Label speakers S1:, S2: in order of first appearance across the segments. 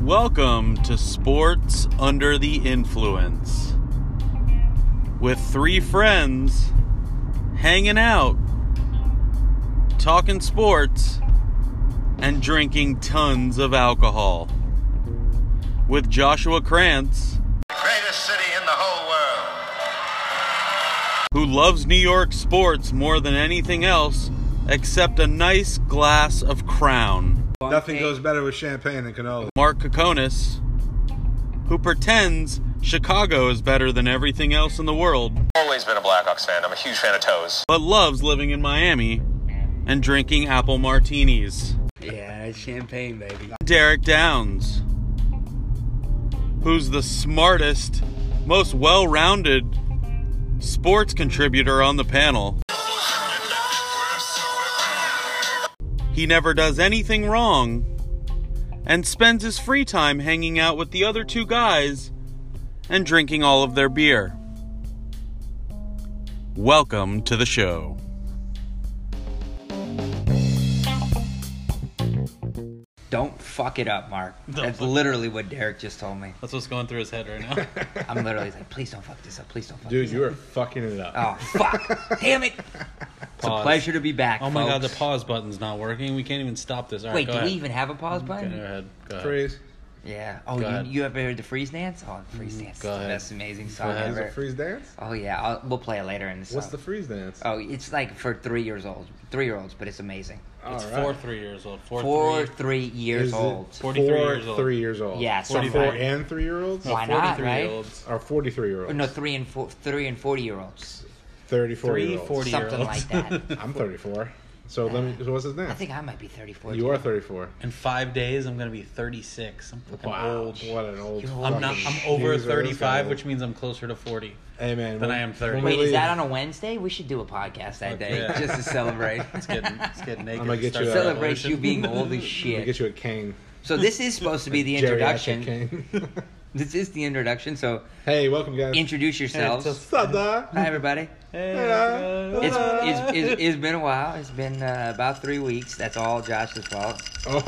S1: Welcome to Sports Under the Influence with three friends hanging out, talking sports, and drinking tons of alcohol. With Joshua Krantz,
S2: Greatest city in the whole world.
S1: who loves New York sports more than anything else except a nice glass of Crown.
S3: Nothing goes better with champagne and canola.
S1: Mark Kokonis, who pretends Chicago is better than everything else in the world,
S2: Always been a Blackhawks fan. I'm a huge fan of toes.
S1: but loves living in Miami and drinking apple martinis.
S4: Yeah, that's champagne, baby.
S1: Derek Downs, who's the smartest, most well rounded sports contributor on the panel. He never does anything wrong and spends his free time hanging out with the other two guys and drinking all of their beer. Welcome to the show.
S4: Don't fuck it up, Mark.
S1: Don't
S4: That's
S1: fuck-
S4: literally what Derek just told me.
S1: That's what's going through his head right now.
S4: I'm literally like, please don't fuck this up. Please don't fuck
S5: Dude,
S4: this
S5: you are fucking it up.
S4: up. Oh, fuck. Damn it. It's a
S1: Pause.
S4: pleasure to be back.
S1: Oh my god, the
S4: folks.
S1: pause button's not working. We can't even stop this. All right,
S4: Wait,
S1: go
S4: do
S1: ahead.
S4: we even have a pause button?
S1: Go ahead.
S4: Oh.
S1: Go ahead.
S5: Freeze.
S4: Yeah. Oh,
S1: Go
S4: you,
S1: ahead. Mm,
S4: you ever heard the freeze dance? Oh, the freeze dance.
S1: go
S4: is the
S1: ahead.
S4: best amazing song
S1: ahead.
S5: Is
S4: ever.
S5: it freeze dance?
S4: oh yeah, I'll, we'll play it later in the song.
S5: What's the freeze dance?
S4: oh, it's like for three years old, three year olds, but Oh, it's amazing.
S1: It's
S5: All
S1: four
S5: right.
S1: three years old. Four,
S4: Four,
S1: four
S4: three, years
S5: Is it
S4: old.
S5: Four,
S1: 43 years old.
S5: three years old.
S4: Yeah,
S5: Four,
S4: something
S5: four
S4: like-
S5: and three year olds?
S4: Why not,
S1: 43
S4: right?
S1: year olds.
S5: Or 43 year olds?
S4: No, three and four, three and forty year olds,
S5: 34
S1: Three
S5: year olds.
S1: forty year olds.
S4: something like that.
S5: I'm 34. So let me. So what's his name?
S4: I think I might be thirty-four.
S5: you
S4: too.
S5: are 34.
S1: In five days, I'm gonna be 36. I'm fucking old.
S5: What an old.
S4: You're old.
S1: I'm not.
S5: fucking
S1: I'm over
S5: geezer, this guy
S1: 35,
S5: is.
S1: which means I'm closer to 40.
S5: Hey, man.
S1: then
S5: when-
S1: I am 30.
S5: when we
S4: Wait, is that
S5: leave-
S4: on a Wednesday? We should do a podcast that day
S1: Yeah.
S4: just to celebrate.
S1: It's getting, it's getting naked.
S5: I'm gonna get
S1: Start
S5: you a-
S4: celebrate
S1: revolution.
S4: you being old as
S5: I'll get
S4: shit.
S5: you a cane.
S4: So this is supposed to be the
S5: Geriatric
S4: introduction.
S5: cane.
S4: This is the introduction. So
S5: hey, welcome, guys.
S4: introduce yourselves.
S1: just-
S5: What's up, dog?
S4: Hi everybody.
S5: Hello.
S4: It's, it's, it's, it's been a while. It's been uh, about three weeks. That's all Josh's fault.
S5: Oh.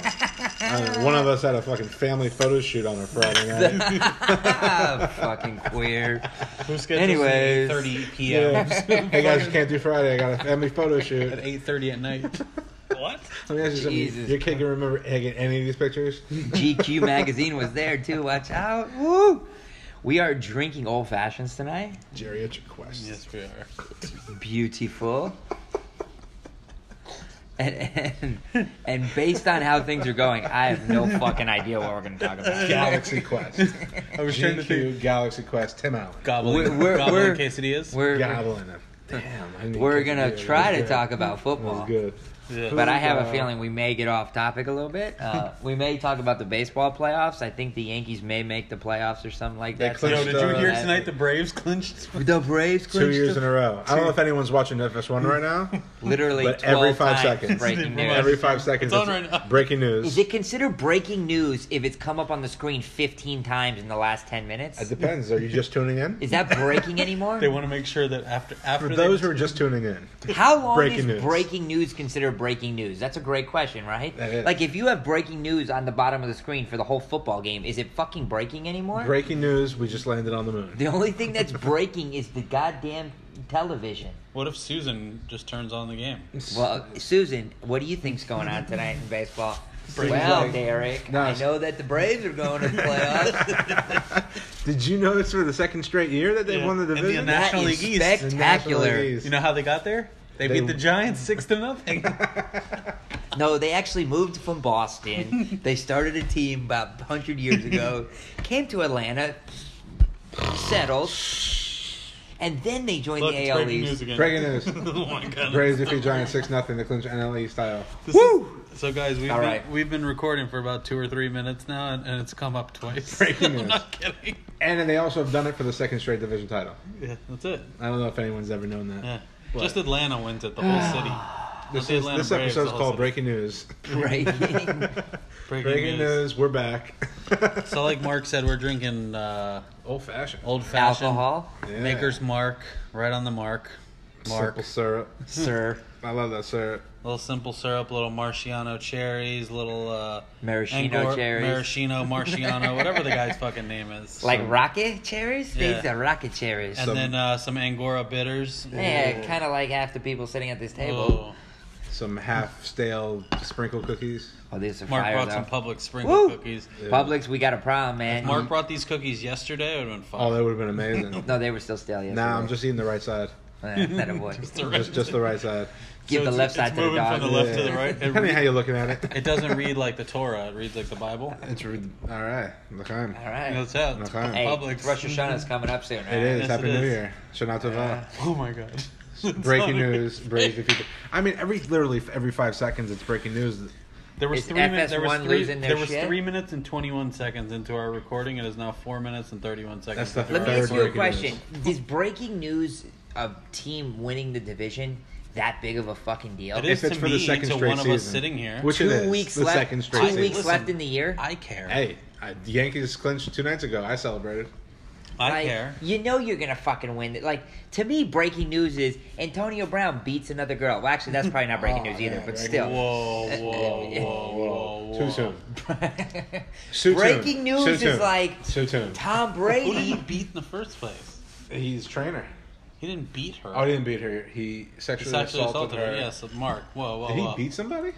S5: Uh, one of us had a fucking family photo shoot on a Friday night.
S4: Ah, Fucking queer.
S1: Who schedules
S4: Anyways.
S1: 30 p.m.
S5: Yeah. hey guys, can't do Friday. I got a family photo
S1: at
S5: shoot.
S1: 8:30 at night. what?
S5: Let me ask you something.
S4: Jesus.
S5: Your kid can remember any any of these pictures?
S4: GQ magazine was there too. Watch out. Woo! We are drinking old fashions tonight.
S5: Geriatric Quest.
S1: Yes, we are.
S4: beautiful. And, and, and based on how things are going, I have no fucking idea what we're going to talk about.
S5: Galaxy Quest. I was trying to think. Galaxy Quest. Tim Allen.
S1: Gobbling,
S4: We're- we're-
S1: gobbling
S4: we're-
S1: quesadillas.
S4: We're,
S5: Gobbling him. Damn. I need
S4: we're
S5: to-
S4: going
S5: yeah,
S4: to
S5: that
S4: try to
S5: was
S4: talk
S5: good.
S4: about
S5: That was
S4: football.
S5: good. Uh,
S1: Yeah.
S4: But I have a feeling we may get off topic a little bit. Uh, we may talk about the baseball playoffs. I think the Yankees may make the playoffs or something like
S5: They
S4: that.
S5: clinched,
S1: Yo, did you
S5: uh,
S1: hear tonight the Braves clinched?
S4: The Braves
S5: Two
S4: clinched
S5: years
S4: the-
S5: in a row. I don't know if anyone's watching FS1 right now,
S4: literally
S5: but
S4: 12
S5: every five
S4: times
S5: seconds,
S4: Breaking news.
S5: every five seconds,
S1: It's on right now.
S5: breaking news.
S4: Is it considered breaking news if it's come up on the screen 15 times in the last 10 minutes?
S5: It depends. Are you just tuning in?
S4: Is that breaking anymore?
S1: They want to make sure that after after
S5: For
S1: they-
S5: those who are just tuning in,
S4: How long
S5: Breaking
S4: is
S5: news.
S4: breaking news considered breaking news? That's a great question, right?
S5: That is.
S4: Like if you have breaking news on the bottom of the screen for the whole football game, is it fucking breaking anymore?
S5: breaking news, we just landed on the moon.
S4: the only thing that's breaking is the goddamn television.
S1: what if Susan just turns on the game?
S4: Well, Susan, what do you think's going on tonight in baseball?
S5: Breaking
S4: well,
S5: news.
S4: Derek,
S5: No,
S4: I
S5: it's-
S4: know that the Braves are going to the playoffs.
S5: Did you notice for the second straight year that they
S1: Yeah.
S5: won the
S1: And the
S5: division?
S1: announce-
S4: that
S1: National
S4: is
S1: League East.
S5: The National
S4: spectacular.
S5: League East.
S1: You know how they got there? They,
S5: They-
S1: beat the Giants six to nothing.
S4: No, they actually moved from Boston. they started a team about 100 years ago, came to Atlanta, settled, and then they joined
S1: Look,
S4: the
S1: it's
S4: E. AL
S1: breaking
S4: East.
S1: news again.
S5: Breaking news.
S1: oh my god.
S5: Braves defeat Giants six nothing to clinch NL East style.
S1: This is- so guys, we've
S4: All
S1: been,
S4: right.
S1: we've been recording for about two or three minutes now, and, and it's come up twice.
S5: Breaking
S1: I'm
S5: news.
S1: not kidding.
S5: And then they also have done it for the second straight division title.
S1: Yeah, that's it.
S5: I don't know if anyone's ever known that.
S1: Yeah.
S5: What?
S1: Just Atlanta wins it. The whole city. Not
S5: This,
S1: the
S5: is,
S1: Atlanta
S5: this
S1: Braves,
S5: episode's
S1: the whole
S5: called
S1: city.
S5: Breaking News.
S4: Breaking.
S1: Breaking, news.
S5: Breaking news. We're back.
S1: So, like Mark said, we're drinking uh,
S5: Old fashioned.
S1: old fashioned
S4: Alcohol,
S5: Yeah.
S1: Maker's Mark, right on the mark. Mark.
S5: Simple syrup.
S4: sir.
S5: I love that syrup.
S6: Little simple syrup, little maraschino cherries, little uh,
S4: Maraschino cherries.
S6: maraschino, maraschino, whatever the guy's fucking name is.
S4: Like rocket cherries? These
S6: Yeah.
S4: are rocket cherries.
S6: and
S5: some-
S6: then uh, some angora bitters.
S4: yeah, kind of like half the people sitting at this table.
S6: Oh,
S5: Some half stale sprinkle cookies.
S4: Oh, these are
S6: Mark
S4: fire
S6: brought
S4: though.
S6: some public sprinkle
S4: Woo!
S6: cookies.
S4: Publix, we got a problem, man.
S6: Mark brought these cookies yesterday. It would have been fun.
S5: Oh, that would have been amazing.
S4: no, they were still stale yesterday.
S5: nah, I'm just eating the right side.
S4: Yeah, that it would.
S6: It's the right-
S5: Just, just the right side.
S4: Give
S6: So
S4: the
S6: it's-
S4: left side
S6: it's
S4: to the
S6: moving
S4: dog.
S6: From the left to the right. It,
S5: Depending
S6: re-
S5: how you're looking at it.
S6: it doesn't read like the Torah. It reads like the Bible.
S5: It's re- all right. Look, I'm.
S4: All right.
S6: That's it. It's
S5: Okay.
S6: fucking
S4: Hey,
S6: Publix.
S4: Rosh Hashanah's coming up soon, right?
S5: It is
S6: Yes,
S5: Happy
S6: it
S5: New
S6: is.
S5: Year. Shana Tova.
S6: Oh my god.
S5: breaking news. Breaking people. I mean, every literally every five seconds, it's breaking news.
S6: There was
S4: Is
S6: three minutes. There was
S4: FS1
S6: three.
S4: losing their
S6: There was
S4: shit?
S6: three minutes and twenty-one seconds into our recording. It is now four minutes and thirty-one seconds.
S5: the
S6: into
S4: Let
S6: our
S4: me
S5: Third
S4: ask you a
S5: breaking
S4: question. Is breaking news of team winning the division that big of a fucking deal?
S6: It is
S5: if it's
S6: to
S5: for the
S6: me,
S5: second
S6: to
S5: straight
S6: one of us
S5: season,
S6: sitting here.
S5: which
S4: Two
S5: it is,
S4: weeks
S5: the
S4: left.
S5: second straight
S4: two
S5: season.
S4: weeks
S6: Listen,
S4: left in the year.
S6: I care.
S5: Hey, I, the Yankees clinched two nights ago. I celebrated.
S6: I
S4: Like,
S6: care.
S4: You know you're gonna fucking win. Like to me, breaking news is Antonio Brown beats another girl. Well, actually, that's probably not breaking
S5: Oh,
S4: news either, but
S6: Whoa,
S4: still.
S6: whoa, whoa, whoa, whoa.
S5: Too soon. Too
S4: breaking
S5: soon.
S4: news
S5: Too
S4: is
S5: soon.
S4: like
S5: Too soon.
S4: Tom
S6: Who did he
S4: Brady.
S6: beat in the first place?
S5: He's trainer.
S6: He didn't beat her.
S5: Oh, he didn't beat her. He
S6: He
S5: sexually,
S6: sexually assaulted her.
S5: her.
S6: Yes, Oh, Mark. Whoa, whoa,
S5: Did he
S6: whoa.
S5: beat somebody?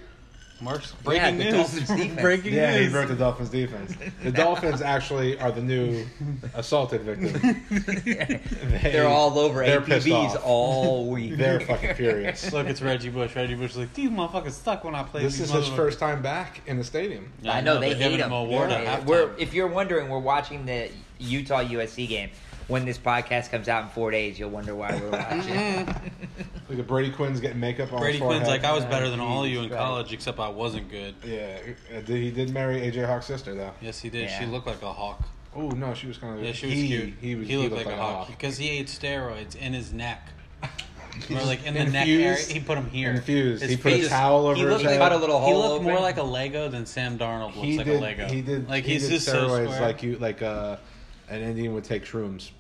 S6: Mark's
S4: Yeah,
S6: breaking
S4: the Dolphins
S6: news.
S4: defense.
S6: breaking
S5: Yeah, he
S6: news.
S5: broke the Dolphins' defense. The Dolphins actually are the new assaulted victim. They,
S4: They're all over
S5: they're pissed
S4: APBs
S5: off.
S4: all week.
S5: They're fucking furious.
S6: Look, it's Reggie Bush. Reggie Bush is like, these motherfuckers suck when I play
S5: This
S6: these
S5: is his
S6: motherfuckers."
S5: first time back in the stadium.
S6: Yeah,
S4: I know they
S6: they're
S4: hate
S6: giving
S4: him.
S6: him an award
S5: Yeah.
S6: at halftime.
S4: We're, if you're wondering, we're watching the Utah USC game. When this podcast comes out in four days, you'll wonder why we're watching.
S5: Look at Brady Quinn's getting makeup on.
S6: Brady
S5: his forehead.
S6: Quinn's like, I was
S4: Yeah,
S6: better than all of you in
S4: Jesus
S6: college, except I wasn't good.
S5: Yeah, uh, did- he did marry AJ Hawk's sister though.
S6: Yes, he did.
S4: Yeah.
S6: She looked like a hawk.
S5: Oh no, she was kind of.
S6: Yeah, she was
S5: he,
S6: cute.
S5: He, was,
S6: he, looked, like, a hawk because he ate steroids in his neck. or like in the neck
S5: Infused.
S6: area, he put him here.
S5: Infused. He put a
S6: face-
S5: towel
S6: he
S5: over
S6: looked
S5: his head.
S6: Like,
S4: Cut a little
S6: he
S4: hole
S6: looked more
S4: open.
S6: like a Lego than Sam Darnold looks
S5: He
S6: like
S5: did.
S6: a Lego.
S5: He did.
S6: Like
S5: he
S6: he's
S5: did
S6: just so
S5: steroids
S6: square.
S5: like
S6: Like,
S5: you, like uh, an Indian would take shrooms.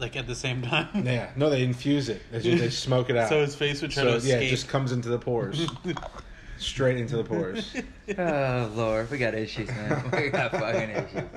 S6: at the same time,
S5: Yeah. No, they infuse it. They, just, they smoke it out.
S6: so his face would try
S5: So,
S6: to
S5: yeah,
S6: escape.
S5: it just comes into the pores, straight into the pores.
S4: oh Lord, we got issues, man. We got fucking issues.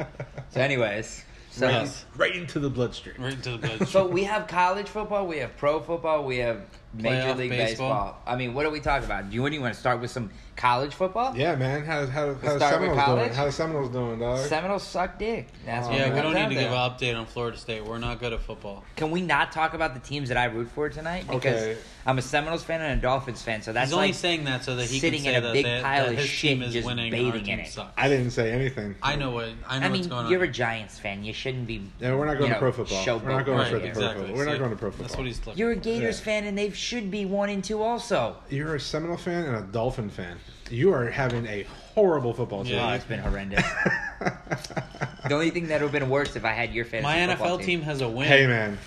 S4: So, anyways, so
S6: Yes.
S5: right into the bloodstream.
S6: right into the blood.
S4: so we have college football, we have pro football, we have Major
S6: Playoff
S4: League
S6: baseball.
S4: baseball. I mean, what are we talking about? Do you, you want to start with some college football?
S5: Yeah, man. How how how the
S4: start with
S5: Seminoles doing?
S4: college?
S5: How the Seminoles doing, dog?
S4: Seminoles suck dick. That's what
S6: yeah, we
S4: comes out
S6: don't need to
S4: there.
S6: give an update on Florida State. We're not good at football.
S4: Can we not talk about the teams that I root for tonight? Because
S5: Okay.
S4: I'm a Seminoles fan and a Dolphins fan, so that's
S6: He's only
S4: like
S6: saying that so that he
S4: sitting
S6: can say
S4: in a
S6: that,
S4: big
S6: that-
S4: pile
S6: that
S4: of
S6: his
S4: shit
S6: team
S4: and
S6: is
S4: just
S6: winning.
S4: bathing
S6: Our
S4: in
S6: team
S4: it.
S6: sucks.
S5: I didn't say anything.
S6: I know what I know
S4: I mean,
S6: what's going on.
S4: you're a Giants fan. You shouldn't be.
S5: Yeah, we're not going
S4: you
S5: to
S4: know,
S5: pro football.
S4: showboat
S5: We're not going
S6: right,
S5: for the pro
S6: exactly.
S5: football. We're not
S6: See,
S5: going to pro
S6: That's
S5: football.
S6: what he's looking.
S4: You're a Gators
S5: Yeah.
S4: fan, and they should be one and two also.
S5: You're a Seminole fan and a Dolphin fan. You are having a horrible football season.
S6: Yeah.
S4: Oh, it's been horrendous. the only thing that would have been worse if I had your fantasy
S6: My
S4: football
S6: NFL team has a win.
S5: Hey, man,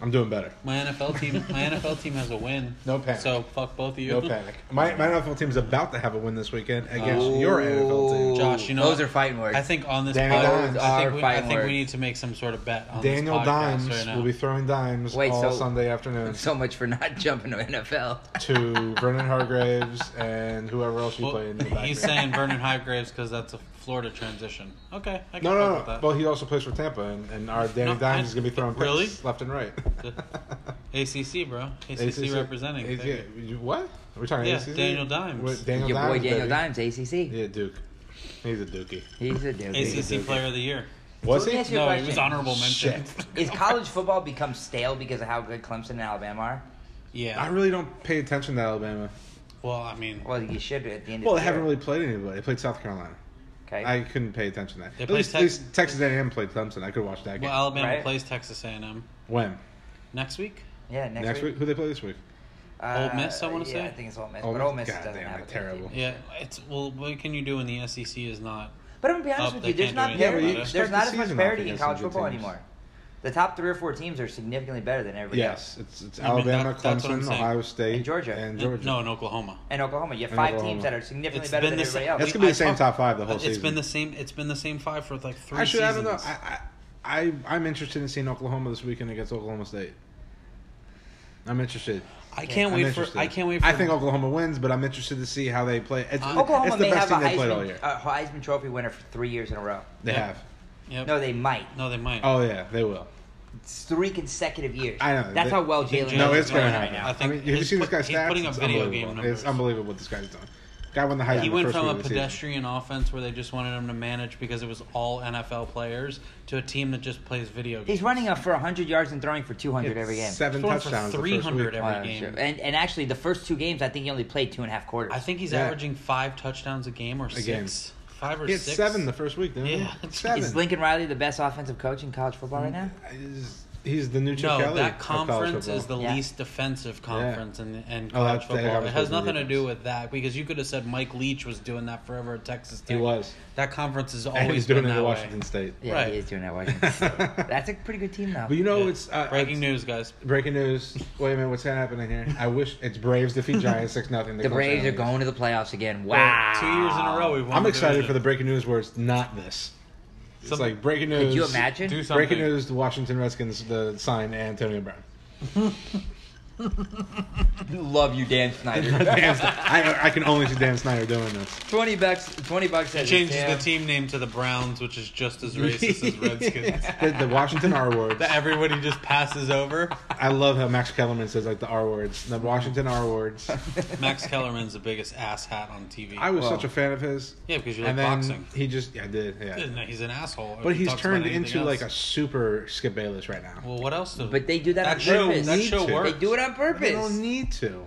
S5: I'm doing better.
S6: My NFL team, my NFL team has a win.
S5: No panic.
S6: So fuck both of you.
S5: No panic. My, my NFL team's about to have a win this weekend against
S4: Ooh.
S5: your NFL team.
S6: Josh, you know
S4: those
S6: what?
S4: are fighting words.
S6: I think on this
S5: Daniel
S6: podcast,
S5: Dimes.
S6: I think,
S4: Are
S6: we, I
S4: fighting
S6: think we
S4: words.
S6: need to make some sort of bet on
S5: Daniel
S6: this podcast
S5: Dimes
S6: right now.
S5: will be throwing dimes
S4: Wait,
S5: all
S4: so-
S5: Sunday afternoon
S4: so much for not jumping to NFL.
S5: to Vernon Hargraves and whoever else you
S6: Well,
S5: play in the back.
S6: he's saying Vernon Hargraves because that's a Florida transition. Okay, I can
S5: no,
S6: fuck
S5: no,
S6: with
S5: no.
S6: that.
S5: But he also plays for Tampa, and, and our Danny
S6: No,
S5: Dimes
S6: I-
S5: is going to be throwing picks
S6: Really?
S5: left and right.
S6: ACC, bro. ACC, representing.
S5: ACC
S6: Thank you.
S5: you- What? We're talking
S6: Yeah,
S5: ACC?
S6: Daniel Dimes.
S5: What, Daniel
S4: Your
S5: Dimes,
S4: boy
S5: baby.
S4: Daniel Dimes, ACC.
S5: Yeah, Duke. He's a Dookie.
S4: He's a dude.
S6: ACC Player of the Year.
S5: Was
S4: Let me
S5: he?
S4: ask you a
S6: No, he
S4: question.
S6: was honorable mention.
S5: Shit.
S4: Is college football become stale because of how good Clemson and Alabama are?
S6: Yeah.
S5: I really don't pay attention to Alabama.
S6: well, I mean,
S4: Well, you should at the end
S5: Well,
S4: of
S5: they
S4: the
S5: haven't
S4: year.
S5: really played anybody. They played South Carolina.
S4: Okay.
S5: I couldn't pay attention to that.
S6: They
S5: At
S6: played
S5: least, at
S6: Tex-
S5: least Texas A&M played Clemson. I could watch that game.
S6: well, Alabama
S4: Right.
S6: plays Texas A&M
S5: when?
S6: next week.
S4: yeah, next,
S5: Next, week? Who they play this week?
S4: Uh,
S6: Ole Miss, I wanna
S4: yeah,
S6: say?
S4: I think it's Ole Miss,
S5: Ole
S4: but
S5: Miss?
S4: Ole Miss
S5: God
S4: doesn't
S5: damn,
S4: have
S5: they're
S4: a good team.
S5: terrible.
S6: Yeah, it's well. What can you do when the SEC is not?
S4: But I'm gonna be honest
S6: Up,
S4: with
S6: Oh, they
S4: you. There's
S6: can't
S4: not
S6: do anything
S4: parity.
S6: about it.
S4: there's
S5: Start
S4: not
S5: the
S4: as much
S5: season off
S4: parity in
S5: against
S4: college
S5: some good
S4: football
S5: teams.
S4: anymore. The top three or four teams are significantly better than everybody else.
S5: Yes, it's, it's
S6: mean, that-
S5: Alabama,
S6: that's what I'm
S5: Clemson,
S6: saying.
S5: Ohio State,
S4: And Georgia.
S5: and Georgia.
S6: No, in Oklahoma.
S4: And Oklahoma, you have five
S5: Oklahoma.
S4: teams that are significantly
S6: It's
S4: better
S6: been
S4: than
S6: the
S4: everybody
S6: same-
S4: else.
S5: That's gonna be
S6: I
S5: the same
S6: talked-
S5: top five the whole
S6: It's
S5: season.
S6: been the same. It's been the same five for like three
S5: Actually, I
S6: seasons.
S5: don't know. I, I, I, I'm interested in seeing Oklahoma this weekend against Oklahoma State. I'm interested.
S6: I can't
S5: I'm
S6: wait for.
S5: interested.
S6: I can't wait for. Um,
S5: I think Oklahoma wins, but I'm interested to see how they play. It's,
S4: Oklahoma
S5: it's the
S4: may
S5: best
S4: have
S5: team
S4: a
S5: they played all
S4: Heisman,
S5: year.
S4: a Heisman Trophy winner for three years in a row.
S5: They
S6: uh, Yeah.
S5: have.
S6: Yep.
S4: No, they might.
S6: No, they might.
S5: Oh yeah, they will.
S4: It's three consecutive years.
S5: I know. They-
S4: That's how well Jalen.
S5: No,
S4: is
S5: it's going
S4: playing
S5: to
S4: right
S5: happen.
S4: now.
S5: I,
S6: I think
S5: mean, have you
S6: he's
S5: seen
S6: put-
S5: this guy's
S6: he's
S5: stats?
S6: putting up
S5: It's
S6: video
S5: unbelievable.
S6: game numbers.
S5: It's unbelievable what this guy's done. Guy won the Heisman.
S6: He went
S5: first
S6: from
S5: week
S6: a
S5: of the season.
S6: pedestrian offense where they just wanted him to manage because it was all NFL players to a team that just plays video games.
S4: He's running up for 100 yards and throwing for 200 every game.
S5: Seven
S6: He's going for
S5: touchdowns. the first
S6: 300
S5: week.
S6: every
S4: Uh,
S6: game.
S4: sure. And and actually, the first two games, I think he only played two and a half quarters.
S6: I think he's
S5: Yeah.
S6: averaging five touchdowns a game or six.
S5: game.
S6: Five or
S5: He had
S6: six.
S5: seven the first week, didn't he?
S6: Yeah.
S5: seven. Mm.
S4: is Lincoln Riley the best offensive coach in college football right now?
S5: He's- He's the new Chip
S6: no,
S5: Kelly
S6: that
S5: of college
S6: conference is the
S5: football.
S4: Yeah.
S6: least defensive conference in, in
S5: Oh,
S6: college
S5: that's- they
S6: football.
S5: have
S6: It
S5: a
S6: has
S5: total
S6: nothing to do
S5: defense.
S6: with that because you could have said Mike Leach was doing that forever at Texas Tech.
S5: He was.
S6: That conference has
S5: and
S6: always
S5: he's doing
S6: been
S5: it
S6: that
S5: at
S6: way.
S5: Washington State.
S4: Yeah,
S6: Right.
S4: he is doing that. Washington State. That's a pretty good team now.
S5: But you know,
S6: Yeah.
S5: it's uh,
S6: breaking
S5: it's-
S6: news, guys.
S5: Breaking news. Wait a minute, what's happening here? I wish it's Braves defeat Giants six nothing.
S4: the Braves are going to the playoffs again. Wow.
S6: Two years in a row, we've won.
S5: I'm
S6: the
S5: excited
S6: division.
S5: for the breaking news where it's not this. It's
S6: Some-
S5: like breaking news.
S4: Could you imagine?
S6: Do something.
S5: Breaking news: The Washington Redskins the sign Antonio Brown.
S4: Love you, Dan Snyder.
S5: Dan Sn- I, I can only see Dan Snyder doing this.
S4: 20 bucks. 20 bucks.
S6: It changes the team name to the Browns, which is just as racist as Redskins.
S5: The, the Washington R words.
S6: That everybody just passes over.
S5: I love how Max Kellerman says like the R words. The Washington R words.
S6: Max Kellerman's the biggest ass hat on TV.
S5: I was
S4: Well.
S5: such a fan of his.
S6: yeah, because you like
S5: and then
S6: boxing.
S5: he just yeah I did yeah.
S6: He's an asshole. if
S5: But
S6: he
S5: he's
S6: talks
S5: turned
S6: about anything
S5: into
S6: else.
S5: like a super Skip Bayless right now.
S6: Well, what else? Do,
S4: But they do that on
S6: That show,
S4: purpose.
S6: that
S5: Need
S6: show
S5: to.
S6: works.
S4: They do it on
S5: They don't
S4: purpose.
S5: need to.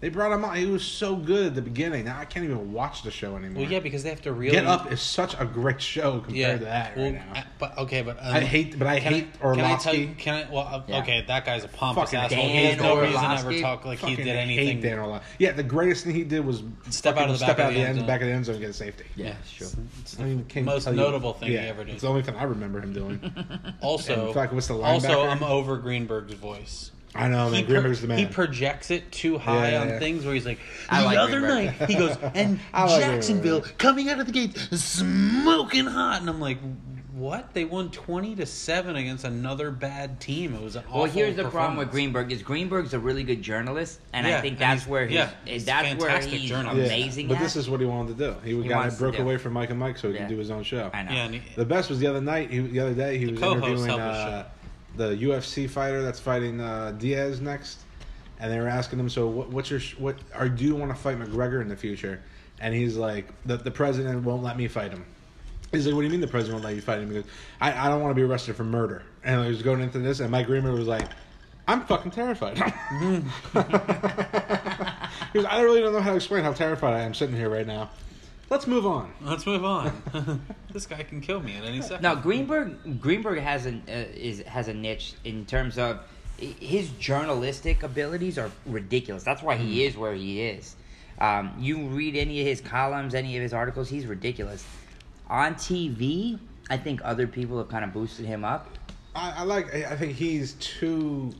S5: They brought him on. He was so good at the beginning. Now I can't even watch the show anymore.
S6: Well, yeah, because they have to really
S5: Get Up is such a great show compared
S6: Yeah,
S5: to that
S6: well,
S5: right now.
S6: I- but okay, but um,
S5: I hate, but I
S6: Can I-
S5: hate
S6: Can I tell you?
S5: Orlovsky.
S6: Can I? Well, uh,
S4: Yeah.
S6: okay, that guy's a pompous
S5: Fucking
S6: asshole.
S4: Dan
S6: He has no reason to ever
S4: Orlovsky.
S6: talk like he
S5: Fucking
S6: did
S5: Hate Dan
S6: anything.
S5: Orlovsky. Yeah, the greatest thing he did was
S6: Step
S5: fucking
S6: out of the
S5: step
S6: back
S5: out
S6: of the
S5: the
S6: end zone.
S5: back of the end zone and get a safety.
S4: Yeah, sure.
S5: I mean, can't
S6: Most
S5: tell you-
S6: notable thing he ever did.
S5: It's the only thing I remember him doing.
S6: Also,
S5: And fuck, what's the
S6: also,
S5: linebacker?
S6: I'm over Greenberg's voice.
S5: I know, man.
S6: pro-
S5: Grimmer's the man.
S6: he projects it too high
S5: Yeah,
S6: on
S5: yeah.
S6: things where he's like,
S4: I
S6: the
S4: like
S6: other
S4: Greenberg."
S6: night he goes and
S5: I like
S6: Jacksonville
S5: Greenberg.
S6: coming out of the gate smoking hot, and I'm like, what? They won twenty to seven against another bad team. It was an awful
S4: Well, here's the problem with
S6: performance.
S4: Greenberg is Greenberg's a really good journalist, and
S6: Yeah,
S4: I think
S6: and
S4: that's
S6: he's-
S4: where he's,
S6: yeah,
S4: eh,
S6: he's a
S4: that's where
S6: fantastic
S4: he's
S6: journalist.
S5: Yeah,
S4: amazing.
S5: But
S4: at.
S5: this is what he wanted to do. He, got
S4: wants
S5: it
S4: to
S5: broke
S4: do.
S5: away from Mike and Mike so he
S4: Yeah.
S5: could do his own show.
S4: I know.
S6: Yeah, and he,
S5: The best was the other night. He, the other day, he was
S6: co-host
S5: interviewing
S6: helped us
S5: uh, the UFC fighter that's fighting uh, Diaz next, and they were asking him, "So, what, what's your sh- what? Or do you want to fight McGregor in the future?" And he's like, "The the president won't let me fight him." He's like, "What do you mean the president won't let you fight him?" He goes, "I, I don't want to be arrested for murder." And he was going into this, and Mike Greenberg was like. I'm fucking terrified. Because I really don't know how to explain how terrified I am sitting here right now. Let's move on.
S6: Let's move on. this guy can kill me at any second.
S4: Now Greenberg Greenberg has an uh, is has a niche in terms of i- his journalistic abilities are ridiculous. That's why he
S6: Hmm.
S4: is where he is. Um, you read any of his columns, any of his articles, he's ridiculous. On TV, I think other people have kind of boosted him up.
S5: I, I like. I I think he's too.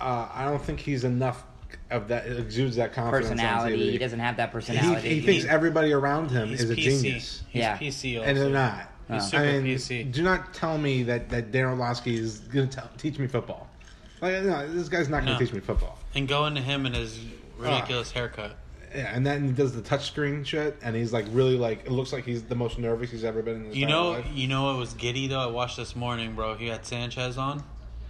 S5: Uh, I don't think he's enough of that exudes that confidence. on
S4: Personality,
S5: TV.
S4: he doesn't have that
S5: He-
S4: personality.
S5: He, thinks everybody around him
S6: he's
S5: is a
S6: PC.
S5: genius,
S6: He's
S4: Yeah.
S6: PC also.
S5: and they're not.
S6: He's
S5: I
S6: super
S5: mean,
S6: PC.
S5: do not tell me that that Dan Orlovsky is going to teach me football. Like, no, this guy's not going
S6: No.
S5: to teach me football.
S6: And going to him and his ridiculous
S5: Ah.
S6: haircut.
S5: Yeah, and then he does the touch screen shit, and he's like really like it looks like he's the most nervous he's ever been in. His
S6: You
S5: entire
S6: know,
S5: life.
S6: you know, it was giddy though. I watched this morning, bro. He had Sanchez on,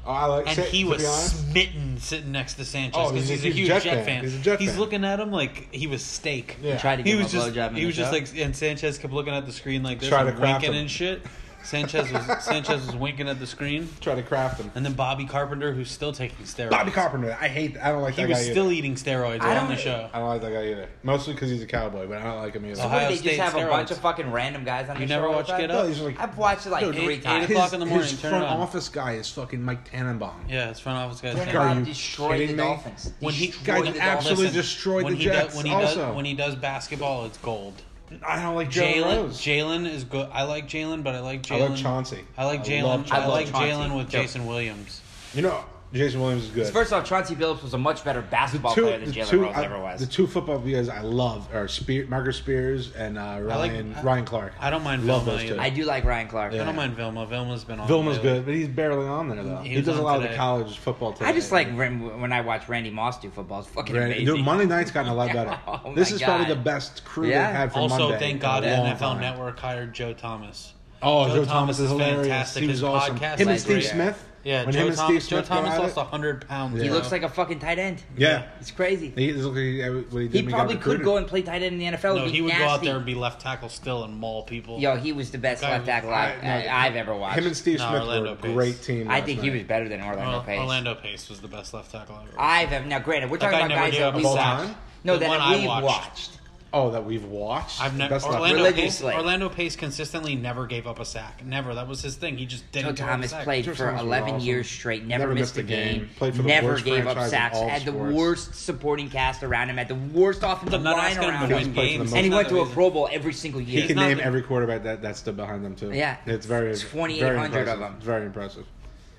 S5: oh, I like,
S6: and
S5: to
S6: he
S5: be
S6: was
S5: honest,
S6: smitten sitting next to Sanchez
S5: Oh,
S6: because
S5: he's a
S6: he's, a huge Jet, fan.
S5: He's a Jet fan.
S6: looking at him like he was steak.
S5: Yeah.
S4: He tried to
S6: he
S4: give him
S6: was
S4: a
S6: just
S4: blowjob. in
S6: he
S4: the
S6: was just
S4: show.
S6: like, and Sanchez kept looking at the screen like this,
S5: Try to
S6: and
S5: craft
S6: winking
S5: him.
S6: and shit. Sanchez was Sanchez was winking at the screen,
S5: try to craft him.
S6: and then Bobby Carpenter, who's still taking steroids.
S5: Bobby Carpenter, I hate. I don't like
S6: He
S5: that
S6: was
S5: guy either.
S6: still eating steroids
S4: I
S6: on the
S4: don't-
S6: show.
S5: I don't like that guy either. Mostly because he's a cowboy, but I don't like him either.
S6: Ohio
S4: What, they
S6: State
S4: just have a bunch
S6: steroids.
S4: of fucking random guys on
S6: You
S4: the
S6: never
S4: show all
S6: watched
S4: the time?
S6: Get Up?
S5: No, he's like-
S4: I've watched it like
S6: Dude,
S4: three
S6: eight-
S4: times.
S6: eight o'clock in the morning,
S5: His
S6: turn
S5: front
S6: it on.
S5: office guy is fucking Mike Tannenbaum.
S6: Yeah, his front office guys.
S4: Turn
S6: saying-
S4: it
S5: Are
S4: on,
S5: you
S4: destroyed the
S5: kidding me?
S4: Dolphins.
S6: when he
S5: This guy
S6: when-
S5: absolutely destroyed
S6: when
S5: the
S6: he
S5: Jets
S6: Does, when he
S5: also.
S6: does when he does basketball, it's gold.
S5: I don't like Jalen
S6: Jalen
S5: Rose.
S6: Jalen is good. I like Jalen, but I like
S5: I
S6: Jalen.
S5: like Chauncey.
S6: I like
S5: I love
S6: Jalen. I,
S5: Chauncey.
S6: like
S4: I love
S6: Jalen
S4: Chauncey.
S6: with
S4: Yep.
S6: Jason Williams.
S5: You know, Jason Williams is good.
S7: First off, Chauncey Billups was a much better basketball player than Jalen Rose
S5: I-
S7: ever was.
S5: the two football guys I love are Spear, Marcus Spears and uh,
S6: like-
S5: Ryan Ryan Clark.
S6: I don't mind
S5: love
S6: Vilma
S5: those two.
S6: either.
S4: I do like Ryan Clark.
S6: I don't mind Vilma. Vilma's been on.
S5: Vilma's
S6: lately.
S5: good, but he's barely on there though.
S6: He
S5: He,
S6: was
S5: does a
S6: on
S5: lot of
S6: today.
S5: the college football. Today.
S4: I just like Ren- when I watch Randy Moss do football. It's fucking
S5: Granted,
S4: amazing.
S5: dude, Monday night's gotten a lot better.
S4: Oh
S5: this
S4: my
S5: is probably
S4: God.
S5: the best crew
S4: Yeah.
S5: they've had for
S6: Also,
S5: Monday. in
S6: thank
S5: a
S6: God
S5: long
S6: NFL
S5: time.
S6: Network hired Joe Thomas.
S5: Oh,
S6: Joe
S5: Joe,
S6: Thomas
S5: Thomas,
S6: is
S5: is hilarious.
S6: fantastic.
S5: He
S6: His
S5: was awesome.
S6: podcast
S5: Him and
S4: is
S5: Steve
S4: great.
S5: Smith.
S6: Yeah,
S5: when
S6: Joe,
S5: him and
S6: Thomas,
S5: Steve
S6: Joe
S5: Smith
S6: Thomas
S5: got
S6: lost
S5: at it.
S6: hundred pounds.
S5: He
S4: He
S6: you
S4: looks
S6: know?
S4: like a fucking tight end.
S5: Yeah,
S4: It's crazy.
S5: he, is looking at what he did
S4: He
S5: when
S4: probably
S5: got
S4: could
S5: recruited.
S4: go and play tight end in the NFL.
S6: no.
S4: It'd be
S6: He would go out
S4: oh, nasty.
S6: there and be left tackle still and maul people.
S4: Yo, he was the best
S6: Guy
S4: left
S6: was-
S4: tackle I,
S5: I- no,
S4: I, have ever watched.
S5: Him and Steve
S6: No,
S5: Smith
S6: Orlando
S5: were a
S6: Pace.
S5: great team.
S4: I
S5: last
S4: think he was
S5: night.
S4: better than Orlando
S6: Well,
S4: Pace.
S6: Orlando Pace was the best left tackle I've ever.
S4: I've ever now. Granted, we're
S6: That
S4: talking about
S6: guy never
S4: guys
S6: gave
S4: that
S6: up a
S4: we
S6: ball
S4: watched.
S6: time?
S4: No,
S6: The
S4: that
S6: one I
S4: we've
S6: watched.
S4: watched.
S5: Oh, that we've watched.
S6: I've
S5: The
S6: never
S5: best left
S6: Orlando
S4: Religiously.
S6: Pace, Orlando Pace consistently never gave up a sack. Never. That was his thing. He just didn't.
S4: Joe
S6: give up a
S4: Thomas
S6: sack.
S4: played
S5: Joe
S4: for
S5: Thomas was
S4: 11
S5: awesome.
S4: years straight, never,
S5: Never
S4: missed,
S5: missed
S4: a
S5: a
S4: game,
S5: game, played for the
S4: never
S5: worst
S4: gave up
S5: franchise in
S4: sacks,
S5: all
S4: had the
S5: sports.
S4: worst supporting cast around him, had the worst offensive
S6: I'm not
S4: line
S6: asking him
S4: around
S5: He's
S6: to win
S4: him,
S5: played for the
S6: games.
S5: most-
S4: and he
S6: That's
S4: went
S6: not
S4: to
S6: the
S4: a
S6: reason.
S4: Pro Bowl every single year.
S5: He can
S6: not
S5: name
S6: the-
S5: every quarterback that, that stood behind them too.
S4: Yeah.
S5: it's very very
S4: 2,800 of
S5: impressive.
S4: them.
S5: Very impressive.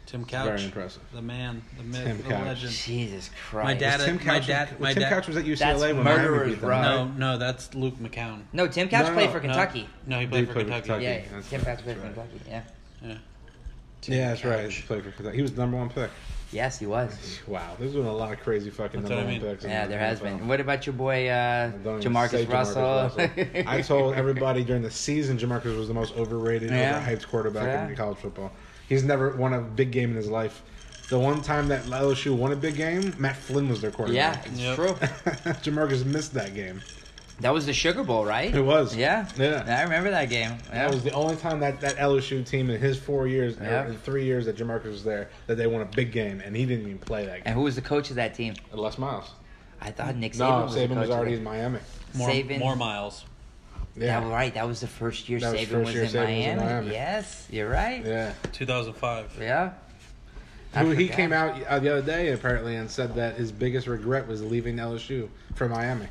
S6: Tim Couch,
S5: Very impressive.
S6: the man, the myth,
S5: Tim
S6: the
S5: Couch.
S6: legend.
S4: Jesus Christ!
S6: My dad-
S5: Tim
S6: my
S5: Couch,
S6: dad-
S5: was,
S6: my
S5: Tim
S6: dad-
S5: Couch was at UCLA
S4: That's
S5: when Miami
S4: murderer's
S5: beat them.
S4: row.
S6: No, no, that's Luke McCown.
S4: No, Tim Couch
S5: No, no,
S4: played for
S5: no.
S4: Kentucky.
S6: No, he
S5: They
S6: played for
S5: played for
S6: Kentucky.
S5: Kentucky.
S4: Yeah,
S5: That's-
S4: Tim Couch played for
S5: that's right.
S4: Kentucky. Yeah.
S6: Yeah.
S5: Yeah, that's right. He played for Kentucky. He was the number one pick.
S4: Yes, he was.
S5: Wow, there's been a lot of crazy fucking
S6: That's
S5: number
S6: what I
S5: one
S6: mean.
S5: picks. in
S4: Yeah,
S5: the
S4: there has
S5: NFL.
S4: been. What about your boy uh,
S5: Don't even say
S4: Jamarcus Russell?
S5: I told everybody during the season Jamarcus was the most overrated,
S4: Yeah.
S5: overhyped quarterback
S4: Yeah.
S5: in college football. He's never won a big game in his life. The one time that LSU won a big game, Matt Flynn was their
S4: yeah,
S5: quarterback.
S4: it's
S6: Yep.
S4: true.
S5: Jamarcus missed that game.
S4: That was the Sugar Bowl, right?
S5: It was.
S4: Yeah.
S5: Yeah.
S4: I remember that game. Yeah.
S5: That was the only time that, that LSU team in his four years, or
S4: Yeah.
S5: in three years that Jamarcus was there, that they won a big game, and he didn't even play that game.
S4: and who was the coach of that team?
S5: Les Miles.
S4: I thought Nick
S5: No,
S4: Saban
S5: Saban
S4: was
S5: was,
S4: the coach. of
S5: already
S4: that-
S5: in Miami.
S6: More,
S4: Saban.
S6: more miles.
S5: Yeah.
S4: Yeah, right. That was the first year
S5: That was
S4: Saban
S5: first
S4: was,
S5: year
S4: in,
S5: Saban was in
S4: Miami.
S5: Miami.
S4: Yes, you're right. Yeah.
S5: Yeah.
S6: 2005.
S4: I
S5: Who he
S4: forgot.
S5: came out uh, the other day apparently and said that his biggest regret was leaving LSU for Miami.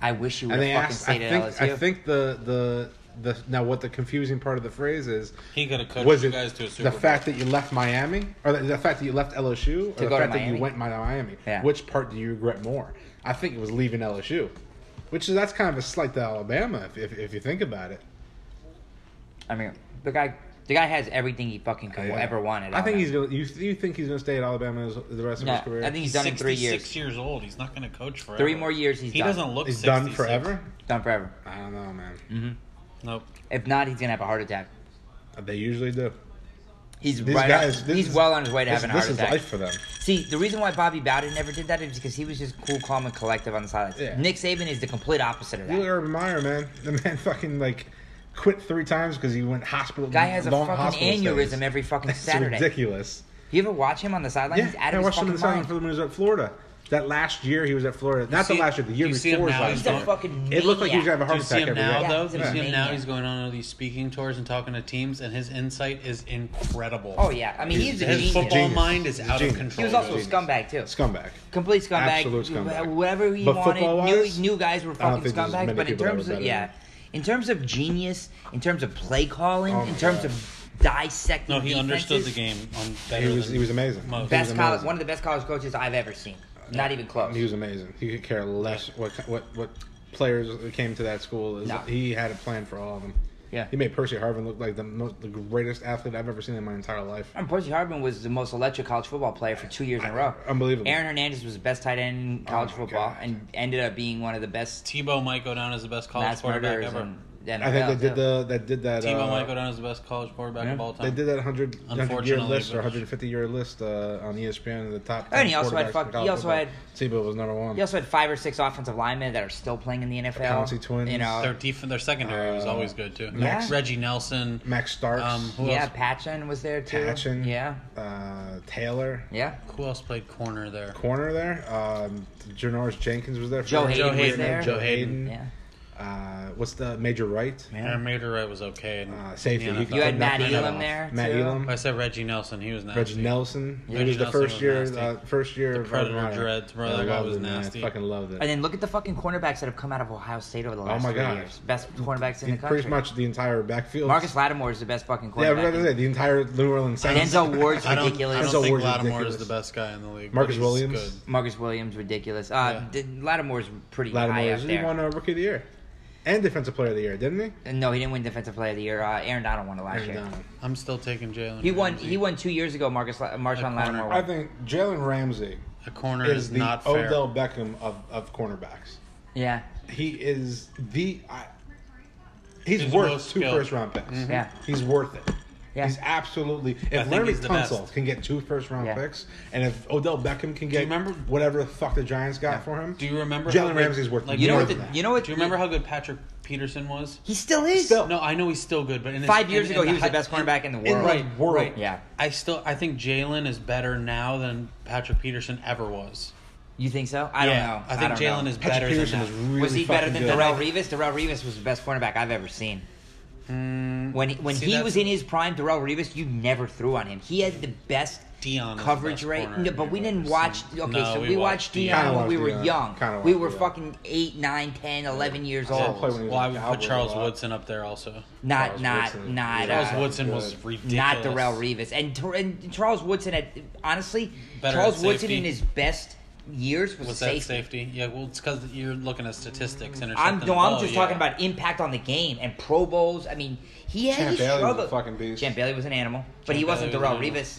S4: I wish you would
S5: And they
S4: have fucking
S5: asked, I
S4: stayed
S5: think,
S4: at LSU.
S5: I think the the the now what the confusing part of the phrase is
S6: He could have coached
S5: was
S6: you
S5: it
S6: guys to a Super
S5: the fact that you left Miami or the, the fact that you left LSU or
S4: To
S5: the
S4: go to
S5: fact that you
S4: Miami?
S5: went to Miami?
S4: Yeah.
S5: Which part do you regret more? I think it was leaving LSU, which is that's kind of a slight to Alabama if if, if you think about it.
S4: I mean, the guy, the guy has everything he fucking could
S5: Yeah.
S4: ever wanted.
S5: I
S4: on
S5: think
S4: him.
S5: he's gonna. You, you think he's gonna stay at Alabama his, the rest of
S4: No,
S5: his career?
S4: I think he's
S6: He's
S4: done in three years.
S6: Six years old. He's not going to coach forever.
S4: Three more years, he's
S6: He
S4: done.
S6: doesn't look.
S5: he's done
S6: 66.
S5: forever.
S4: Done forever.
S5: I don't know, man.
S6: Nope.
S4: If not, he's gonna have a heart attack.
S5: They usually do.
S4: He's
S5: These
S4: right.
S5: guys-
S4: on,
S5: this
S4: he's
S5: is-
S4: well on his way to
S5: This,
S4: having a heart
S5: this is
S4: attack.
S5: life for them.
S4: See, the reason why Bobby Bowden never did that is because he was just cool, calm, and collective on the sidelines.
S5: Yeah.
S4: Nick Saban is the complete opposite of that.
S5: Look at Urban Meyer, man. The man fucking like quit three times because he went hospital.
S4: Guy has a
S5: long
S4: fucking
S5: hospital
S4: aneurysm
S5: stays.
S4: every fucking
S5: It's
S4: Saturday.
S5: ridiculous.
S4: You ever watch him on the sidelines?
S5: Yeah,
S4: He's out
S5: I
S4: of his
S5: watched him in
S4: fucking
S5: the sideline
S4: mind.
S5: for when he was at Florida. That last year he was at Florida. Not
S6: see-
S5: the last year, the
S6: do
S5: year
S6: you see him
S5: before.
S6: now?
S5: his
S4: He's
S5: last
S4: a
S5: year.
S4: fucking.
S5: It looked like he was gonna have
S4: maniac.
S5: a
S6: Do
S5: heart
S6: you see
S5: attack
S6: him
S5: every
S6: now
S5: year.
S6: though?
S4: Yeah,
S6: Do you see him
S4: he's
S6: now?
S4: amazing.
S6: He's going on all these speaking tours and talking to teams, and his insight is incredible.
S4: Oh yeah, I mean he's, a
S6: His
S4: genius.
S6: football
S5: Genius.
S6: mind is out of
S5: Genius.
S6: control.
S4: He was also a
S5: Genius.
S4: scumbag too.
S5: Scumbag.
S4: Complete scumbag.
S5: Absolute scumbag.
S4: Whatever he
S5: But
S4: wanted,
S5: football-wise,
S4: new, new guys were
S5: don't
S4: fucking
S5: think there's
S4: scumbags.
S5: many
S4: But in
S5: people that
S4: terms
S5: were
S4: of
S5: better
S4: yeah,
S5: than
S4: in terms of genius, in terms of play calling,
S5: Oh my
S4: in terms
S5: God.
S4: of dissecting.
S6: No, he understood the
S4: defenses,
S6: game on better
S5: He was
S6: than
S5: he was amazing.
S6: most.
S5: He
S4: Best
S5: was
S4: college,
S5: amazing.
S4: one of the best college coaches I've ever seen. Not even close.
S5: He was amazing. He could care less what what what players came to that school. Is
S4: No.
S5: He had a plan for all of them.
S4: Yeah.
S5: He made Percy Harvin look like the most, the greatest athlete I've ever seen in my entire life.
S4: And Percy Harvin was the most electric college football player for two years in a row.
S5: Unbelievable.
S4: Aaron Hernandez was the best tight end in college
S5: my
S4: football
S5: God.
S4: and ended up being one of the best
S6: Tebow might go down as the best college
S4: mass
S6: quarterback
S4: murderers.
S6: ever.
S4: in the NFL,
S5: I think they did
S4: too.
S5: the that did that.
S6: Tebow
S5: uh,
S6: might go down as the best college quarterback
S4: Yeah.
S6: of all
S5: They
S6: time.
S5: did that 100, 100 year
S6: Unfortunately,
S5: list or
S6: but-
S5: 150 year list uh, on ESPN of the top.
S4: And
S5: 10
S4: he also had
S5: quarterbacks
S4: fuck-
S5: in college
S4: he also
S5: football.
S4: had-
S5: Tebow was number one.
S4: You also had five or six offensive linemen that are still playing in the NFL.
S5: Pouncey twins.
S4: You know,
S6: Their def- their secondary was
S5: Uh,
S6: always good too.
S4: Max-
S6: Reggie Nelson.
S5: Max Starks,
S6: Um, who
S4: yeah,
S6: else?
S4: Patchen was there too.
S5: Patchen,
S4: Yeah,
S5: uh, Taylor,
S4: yeah.
S6: Who else played corner there?
S5: corner there. Um, Janoris Jenkins was there.
S4: Joe
S5: for-
S4: Hayden was there.
S5: Joe Hayden.
S4: Yeah.
S5: uh, what's the major right?
S6: Aaron Major Wright was okay. And
S5: Uh, safety.
S6: Yeah,
S5: He
S6: you
S5: could
S4: had
S5: come
S4: Matt
S5: back in.
S4: Elam there,
S5: Matt
S4: too.
S5: Elam.
S6: I said Reggie Nelson. He was nasty.
S5: Reggie Nelson. it
S6: Yeah.
S5: was
S6: Reggie
S5: the
S6: Nelson
S5: first
S6: was
S5: year.
S6: nasty.
S5: Uh, first year.
S6: The
S5: of
S6: Predator
S5: Armada.
S6: Dreads, bro, that guy
S5: loved
S6: was
S5: it, man. I
S6: nasty.
S5: fucking loved it.
S4: And then look at the fucking cornerbacks that have come out of Ohio State over the last
S5: Oh my
S4: three
S5: God.
S4: years. Best cornerbacks in
S5: He-
S4: the country.
S5: pretty much the entire backfield.
S4: Marcus Lattimore is the best fucking
S5: Yeah, I was
S4: quarterback.
S5: about to say the entire New Orleans
S4: and
S5: Saints.
S4: Denzel Ward's
S6: I don't, I
S4: ridiculous.
S6: don't
S5: Denzel
S6: think
S5: Ward's
S6: Lattimore is
S5: ridiculous.
S6: the best guy in the league. but
S5: Marcus
S6: he's
S5: Williams?
S6: good.
S4: Marcus Williams ridiculous. Uh,
S6: Yeah.
S4: d- Lattimore's pretty high
S5: Lattimore
S4: up
S5: he
S4: there.
S5: won a Rookie of the Year and Defensive Player of the Year, didn't he?
S4: And No, he didn't win Defensive Player of the Year. Uh, Aaron Donald won it last
S5: And,
S4: year.
S5: um,
S6: I'm still taking Jalen.
S4: He won.
S6: Ramsey.
S4: He won two years ago. Marcus La- Marshawn
S6: corner.
S4: Lattimore.
S5: I
S4: Won.
S5: think Jalen Ramsey
S6: A corner is,
S5: is the
S6: not fair.
S5: Odell Beckham of, of cornerbacks.
S4: Yeah,
S5: He is the. I, he's,
S6: He's the
S5: worth
S6: most
S5: two
S6: skilled.
S5: first round picks.
S4: Yeah.
S5: He's worth it.
S4: Yeah.
S5: He's absolutely.
S6: I
S5: If
S6: think
S5: Larry
S6: he's the
S5: Tunsil
S6: best.
S5: can get two first round
S4: Yeah.
S5: picks, and if Odell Beckham can get
S6: remember-
S5: whatever the fuck the Giants got for him,
S6: Do you remember?
S5: Jalen
S6: how-
S5: Ramsey's worth
S6: Like,
S4: you know
S5: more
S4: what?
S5: than
S4: The,
S5: that.
S4: you know what?
S6: Do you remember how good Patrick Peterson was?
S4: he still is.
S5: Still.
S6: No, I know he's still good, but in his-
S4: Five years
S6: in-
S4: ago,
S6: in
S4: he was the
S6: hi-
S4: best cornerback in the
S5: in
S4: world.
S5: the
S6: Right,
S5: world.
S6: right.
S4: Yeah.
S6: I still I think Jalen is better now than Patrick Peterson ever was.
S4: You think so? I
S6: Yeah,
S4: don't know.
S6: I think
S4: don't know.
S6: Jalen is better
S5: Patrick Peterson is
S6: than that.
S5: really
S4: was he better
S5: fucking
S4: than
S5: good.
S4: Darrell Revis? Darrell Revis was the best cornerback I've ever seen. when he, when
S6: Mm, See,
S4: he
S6: that's-
S4: was in his prime, Darrell Revis, you never threw on him. He had the best
S6: Deion was the
S4: coverage
S6: best
S4: rate.
S6: corner
S4: No, but we
S6: I've
S4: didn't
S6: ever
S4: watch.
S6: seen.
S4: Okay,
S6: No,
S4: so we,
S6: we
S4: watched
S6: watched
S4: Deion,
S5: Kinda
S4: when we
S5: watched
S4: were
S5: Deion.
S4: young.
S5: Kinda
S4: we
S5: watched
S4: were
S5: Deion.
S4: fucking 8, 9, 10, 11 years
S5: Yeah.
S4: old.
S5: Play when he was
S6: Well, I
S5: in
S6: would put
S5: Cowboys a
S6: Charles
S5: lot.
S6: Woodson up there also.
S4: Not,
S5: Charles
S4: not,
S5: Woodson.
S4: not,
S5: Yeah.
S6: Charles
S4: uh,
S6: Woodson was
S5: Good.
S6: ridiculous.
S4: not Darrell Revis. And, Tor- and Charles Woodson had honestly,
S6: Better at
S4: Charles Woodson
S6: safety.
S4: in his best years was,
S6: Was that
S4: safety.
S6: safety? Yeah, well, it's because you're looking at statistics.
S4: I'm
S6: intercepting
S4: no,
S6: the
S4: I'm
S6: ball,
S4: just
S6: Oh, yeah.
S4: talking about impact on the game and Pro Bowls. I mean, he had
S5: Champ
S4: he
S5: Bailey was a
S4: struggled.
S5: fucking beast.
S4: Champ Bailey was an animal, but he
S6: Champ
S4: wasn't
S6: Bailey was
S4: Darrell
S6: an animal.
S4: Revis.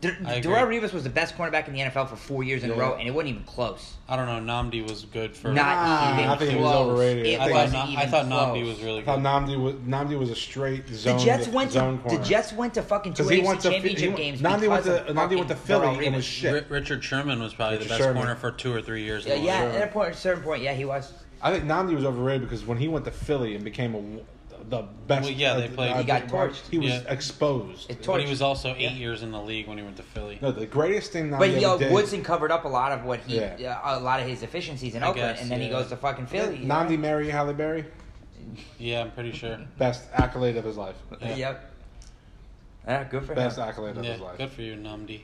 S4: Dar-
S6: I
S4: Darrell
S6: agree.
S4: Revis was the best cornerback in the NFL for four years in a
S5: Yeah.
S4: row, and it wasn't even close.
S6: I don't know. Namdi was good for.
S4: Not
S5: Ah,
S4: even
S5: I think he was
S4: close.
S5: overrated. I
S4: It
S6: I
S5: think-
S6: thought,
S4: wasn't
S6: Na-
S4: even
S6: I thought
S4: close.
S6: Namdi was really
S5: I thought
S6: good.
S5: Namdi was Namdi was a straight
S4: The
S5: zone.
S4: Jets went to
S5: zone
S4: the
S5: corner.
S4: Jets went to fucking two
S5: 'Cause he
S4: AFC
S5: went to- he
S4: championship
S5: went-
S4: games.
S5: Namdi went
S4: because of
S5: to- Namdi went
S4: fucking
S5: to Philly
S4: Darrell
S5: and
S4: Revis.
S5: was shit.
S6: Ri- Richard Sherman was probably
S5: Richard
S6: the best
S5: Sherman.
S6: corner for two or three years.
S4: Yeah,
S6: in a
S4: yeah.
S6: row.
S4: At a point, certain point, yeah, he was.
S5: I think Namdi was overrated because when he went to Philly and became a, the best.
S6: Well, yeah, they played-
S5: uh,
S6: He
S4: got
S5: uh,
S4: torched.
S5: He was
S6: Yeah.
S5: exposed.
S4: It
S6: But
S4: torched.
S6: he was also eight years in the league when he went to Philly.
S5: No, the greatest thing Namdi
S4: But he,
S5: ever
S4: uh,
S5: did.
S4: Woodson covered up a lot of what he,
S5: Yeah.
S4: uh, a lot of his deficiencies in
S6: I
S4: Oakland,
S6: guess,
S4: and then he
S6: yeah.
S4: goes to fucking Philly.
S5: Namdi Mary Halle Berry,
S6: Yeah, I'm pretty sure.
S5: best accolade of his life.
S6: Yeah.
S4: Yep. Yeah, good for
S5: Best
S4: him.
S5: accolade of
S6: Yeah,
S5: his life.
S6: good for you, Namdi.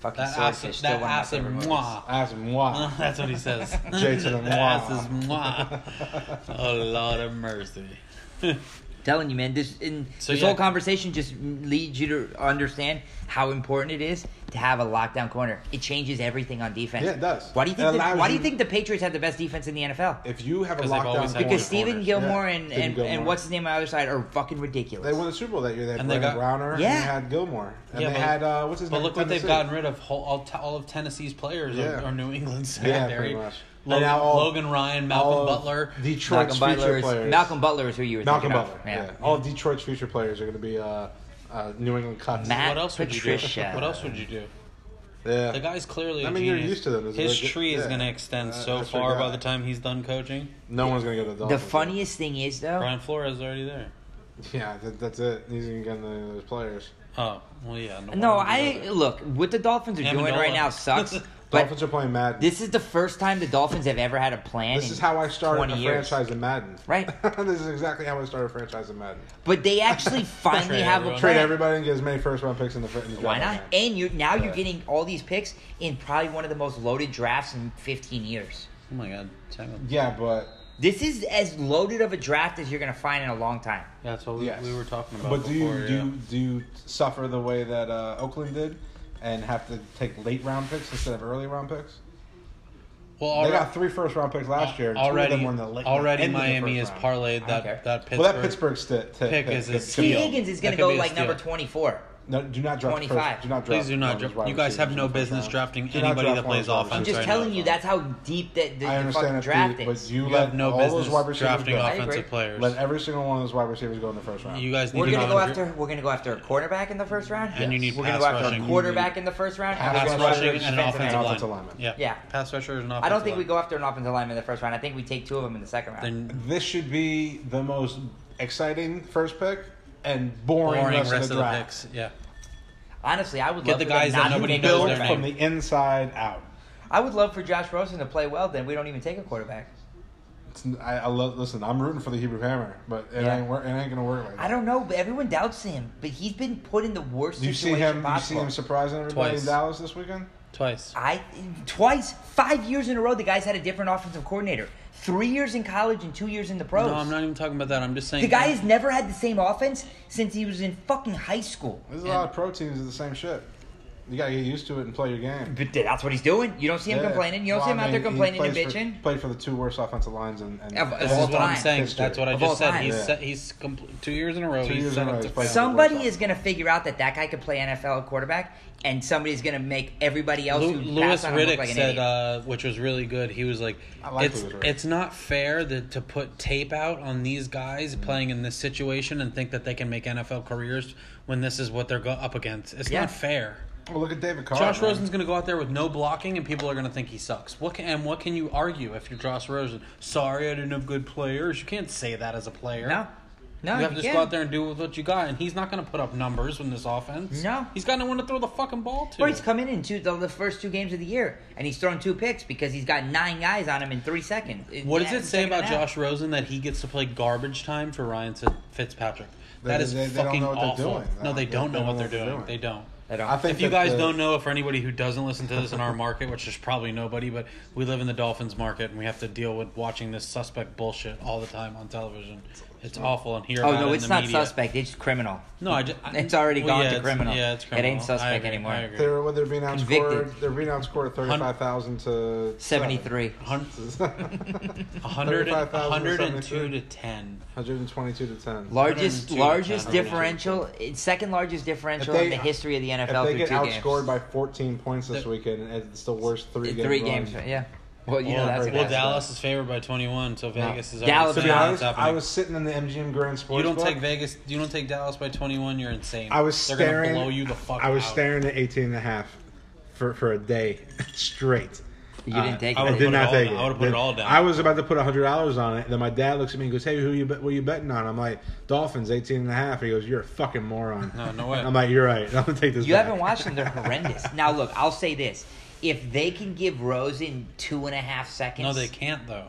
S4: Fucking
S6: That
S4: swordfish,
S6: ass,
S4: still
S6: that
S4: one of my
S6: ass is
S4: favorite movies.
S6: mwah.
S5: As moi.
S6: That's what he says.
S5: Jay to the
S6: That ass
S5: mwah.
S6: is mwah. Oh Lord of mercy.
S4: Telling you, man, this in,
S6: So,
S4: this
S6: yeah.
S4: whole conversation just leads you to understand how important it is to have a lockdown corner. It changes everything on defense.
S5: Yeah, it does.
S4: Why do you
S5: It
S4: think? The,
S5: allows
S4: why do you
S5: you-
S4: think the Patriots had the best defense in the NFL?
S5: If you have a
S6: 'Cause they've
S5: lockdown,
S6: always had
S4: because
S6: Because
S5: corner,
S6: Steve-
S4: Stephen
S6: corners.
S5: Yeah,
S4: Gilmore and,
S5: Stephen
S4: and,
S5: Gilmore.
S4: and what's his name on the other side are fucking ridiculous.
S5: they won the Super Bowl that year. They had
S6: And they
S5: Brandon
S6: got-
S5: Browner.
S4: Yeah.
S5: And they had Gilmore. And
S6: Yeah,
S5: they
S6: but-
S5: had uh, what's his
S6: But
S5: name?
S6: look what they've
S5: Tennessee.
S6: gotten rid of. Whole, all, all of Tennessee's players
S5: Yeah.
S6: are, are New England
S5: Yeah,
S6: secondary.
S5: pretty much. And
S6: Logan,
S5: now all-
S6: Logan Ryan, Malcolm
S5: all of
S6: Butler.
S5: Detroit's
S4: Malcolm
S5: future
S4: Butler, is,
S5: players.
S4: Malcolm Butler is who you were
S5: Malcolm
S4: thinking of.
S5: Butler. Yeah. All of Detroit's future players are going to be uh, uh, New England cuts.
S4: Matt
S6: what else would you
S4: Patricia.
S6: do? What else would you do?
S5: Yeah.
S6: The guy's clearly.
S5: I
S6: a
S5: mean, you're
S6: genius.
S5: used to them. It's a
S6: His
S5: very good-
S6: tree is
S5: yeah.
S6: going to extend
S5: Uh,
S6: so
S5: that's your
S6: far
S5: guy.
S6: by the time he's done coaching.
S5: No one's going to go to the
S4: The
S5: Dolphins.
S4: funniest thing is though,
S6: Brian Flores is already there.
S5: Yeah, that, that's it. He's going to get none of those players.
S6: Oh well, yeah.
S4: No,
S6: why would you do
S4: I
S6: that?
S4: look what the Dolphins are doing
S6: Amendola.
S4: right now sucks.
S5: Dolphins
S4: but
S5: are playing Madden.
S4: this is the first time the Dolphins have ever had a plan.
S5: This
S4: in
S5: is how I started
S4: 20
S5: a
S4: years.
S5: franchise in Madden.
S4: Right.
S5: this is exactly how I started a franchise in Madden.
S4: But they actually finally
S6: Trade
S4: have a
S6: everyone.
S5: Trade
S4: plan.
S5: everybody and get as many first round picks in the fr- in the
S4: Why
S5: draft
S4: not?
S5: as I can.
S4: And you now
S5: Yeah.
S4: you're getting all these picks in probably one of the most loaded drafts in 15 years.
S6: Oh my god. Time up.
S5: Yeah, but
S4: This is as loaded of a draft as you're going to find in a long time.
S6: Yeah, that's what we,
S5: Yes.
S6: we were talking about.
S5: but do you
S6: before,
S5: do
S6: yeah.
S5: you, do you suffer the way that uh, Oakland did and have to take late round picks instead of early round picks?
S6: Well,
S5: They
S6: already,
S5: got three first round picks last year. And
S6: already,
S5: two of them were in the late,
S6: already
S5: end of the
S6: Miami
S5: first
S6: has
S5: round.
S6: parlayed that
S4: care.
S6: that Pittsburgh.
S5: Well, that Pittsburgh st- t-
S6: pick
S5: pick
S6: is a
S5: could
S6: steal.
S4: T.
S6: Deal.
S4: Higgins is
S6: That
S4: going
S6: could
S4: to go
S6: be a
S4: like number
S6: steal.
S4: 24.
S5: No, do not draft.
S4: 25.
S5: First, do not draft.
S6: Please do not.
S5: corners,
S6: Dra-
S5: wide
S6: you guys have
S5: receivers
S6: no
S5: in the first
S6: business
S5: round.
S6: drafting
S5: Do not
S6: anybody
S5: draft
S6: that plays
S5: corners, wide
S4: I'm just
S6: offense.
S5: receivers.
S6: right
S4: telling
S6: now.
S4: you that's how deep that the,
S5: I
S4: the fucking
S5: understand
S4: draft
S5: that, Pete,
S4: is.
S5: but you,
S6: You
S5: let
S6: have no
S5: all
S6: business
S5: those wide receivers
S6: drafting
S5: go.
S4: off-
S6: offensive
S4: agree.
S6: players.
S5: Let every single one of those wide receivers go in the first round.
S6: you guys need
S4: We're
S6: to
S4: gonna
S6: know
S4: go
S6: that
S4: after. We're gonna go after a quarterback in the first round,
S6: And you need
S4: We're gonna
S6: pass
S4: go after
S6: rushing.
S4: a
S6: You
S4: quarterback
S6: need-
S4: in the first round.
S5: Pass
S4: and we're
S6: pass
S4: gonna go after
S6: rushing and an
S4: defensive
S6: offensive
S4: end.
S5: lineman.
S6: lineman. Yeah.
S4: Yeah.
S6: Pass rusher is an offensive
S4: I don't think we
S6: lineman.
S4: go after an offensive lineman in the first round. I think we take two of them in the second round.
S6: Then
S5: This should be the most exciting first pick and boring,
S6: boring
S5: rest, of the draft.
S6: picks. Yeah.
S4: Honestly, I would
S6: Get
S4: love
S6: the
S4: for them
S6: guys that
S4: not to
S6: nobody
S4: take a
S6: knows their
S5: Built
S4: quarterback.
S5: from the inside out.
S4: I would love for Josh Rosen to play well. Then we don't even take a quarterback.
S5: It's, I, I love. Listen, I'm rooting for the Hebrew Hammer, but it
S4: Yeah.
S5: ain't work. It ain't gonna work like that.
S4: I don't know, but everyone doubts him. But he's been put in the worst
S5: You see
S4: situation
S5: him? You see
S4: possible.
S5: him surprising everybody
S6: Twice.
S5: in Dallas this weekend?
S6: Twice.
S4: I twice, five years in a row, the guy's had a different offensive coordinator. Three years in college and two years in the pros.
S6: No, I'm not even talking about that. I'm just saying.
S4: The guy has never had the same offense since he was in fucking high school.
S5: There's a lot of pro teams that do the same shit. You gotta get used to it and play your game.
S4: But that's what he's doing. You don't see him
S5: Yeah.
S4: complaining. You don't
S5: Well,
S4: see him
S5: I
S4: out there
S5: mean, he
S4: complaining and
S5: plays for-
S4: bitching.
S5: Played for the two worst offensive lines and, and
S4: Of-
S6: This
S4: all
S6: is what I'm
S4: time.
S6: saying.
S5: History.
S6: That's what I
S4: Of all
S6: just said.
S4: time.
S6: He's
S5: Yeah.
S6: set, he's compl- two years in a row.
S5: Two
S6: he's
S5: years
S6: set
S5: in a
S6: up
S5: row,
S6: to
S5: he's playing.
S6: fail.
S4: Somebody
S5: Worst
S4: is going to figure out that that guy could play NFL quarterback, and somebody's going to make everybody else
S6: Lu-
S4: who
S6: Lewis
S4: passed on him
S6: Riddick
S4: look like an
S6: said,
S4: idiot.
S6: uh, which was really good. He was like,
S5: I like
S6: "It's
S5: Lewis Riddick.
S6: it's not fair that to put tape out on these guys
S5: Mm-hmm.
S6: playing in this situation and think that they can make NFL careers when this is what they're go- up against. It's
S4: Yeah.
S6: not fair."
S5: Well, look at David Carr.
S6: Josh
S5: man.
S6: Rosen's going to go out there with no blocking, and people are going to think he sucks. What can, and what can you argue if you're Josh Rosen? Sorry, I didn't have good players. You can't say that as a player.
S4: no, no,
S6: you have to
S4: you
S6: just go out
S4: can't.
S6: there and do with what you got, and he's not going to put up numbers in this offense.
S4: No.
S6: he's got no one to throw the fucking ball to.
S4: Or he's coming in two the, the first two games of the year, and he's thrown two picks because he's got nine guys on him in three seconds.
S6: What does
S4: Yeah,
S6: it say
S4: second
S6: about
S4: and a half.
S6: Josh Rosen that he gets to play garbage time for Ryan Fitz- Fitzpatrick?
S5: They-
S6: That is
S5: they- they don't
S6: fucking
S5: know what they're
S6: awful.
S5: doing.
S6: No, they don't know what they're doing.
S5: doing.
S6: They don't.
S5: I think
S6: If you
S5: that
S6: guys
S5: the-
S6: don't know, if for anybody who doesn't listen to this in our market, which there's probably nobody, but we live in the Dolphins market and we have to deal with watching this suspect bullshit all the time on television. It's awful and here.
S4: Oh
S6: about it
S4: no,
S6: in
S4: it's
S6: the
S4: not
S6: media.
S4: suspect. It's criminal.
S6: No, I just, I-
S4: It's already
S6: well,
S4: gone
S6: yeah,
S4: to
S6: it's-
S4: criminal.
S6: Yeah, it's
S4: It ain't
S6: criminal. I
S4: suspect
S6: agree,
S4: anymore.
S6: I agree.
S5: They were, what they're being outscored.
S4: Convicted.
S5: They're being outscored thirty-five thousand to
S4: Seventy-three.
S6: A hundred and- a
S5: 35,073.
S6: 102 to 10.
S5: Hundred and twenty-two to ten.
S4: Largest
S6: 102,
S4: largest
S6: 102.
S4: differential, it's second largest differential
S5: If they-
S4: in the history of the
S5: if
S4: NFL
S5: they
S4: through
S5: get
S4: two
S5: outscored
S4: games.
S5: by fourteen points this weekend, it's the worst three game
S4: three
S5: run.
S4: games, yeah. Well, you know
S6: well,
S4: that's
S6: well,
S4: gonna happen.
S6: Dallas is favored by 21, so Vegas is
S4: Dallas-
S5: To be
S4: Yeah,
S6: already saying
S5: honest, I
S6: it's happening.
S5: was sitting in the MGM Grand Sports.
S6: You don't take Vegas. You don't take Dallas by 21. You're insane.
S5: I was
S6: They're
S5: staring.
S6: gonna blow you the fuck.
S5: I was
S6: out.
S5: staring at 18 and a half for, for a day straight.
S4: You didn't take
S6: I
S4: it.
S6: would've
S5: I did
S4: did
S6: put
S4: you?
S6: it
S5: not
S6: all
S5: take
S6: down.
S5: it.
S6: I would've put it all down.
S5: I was about to put hundred dollars on it. Then my dad looks at me and goes, "Hey, who you bet? What you betting on?" I'm like, "Dolphins, 18 and a half." He goes, "You're a fucking moron."
S6: No, no way.
S5: I'm like, "You're right. I'm gonna take this."
S4: You
S5: back."
S4: haven't watched them. They're horrendous. now, look, I'll say this. If they can give Rosen two and a half seconds,
S6: No, they can't though.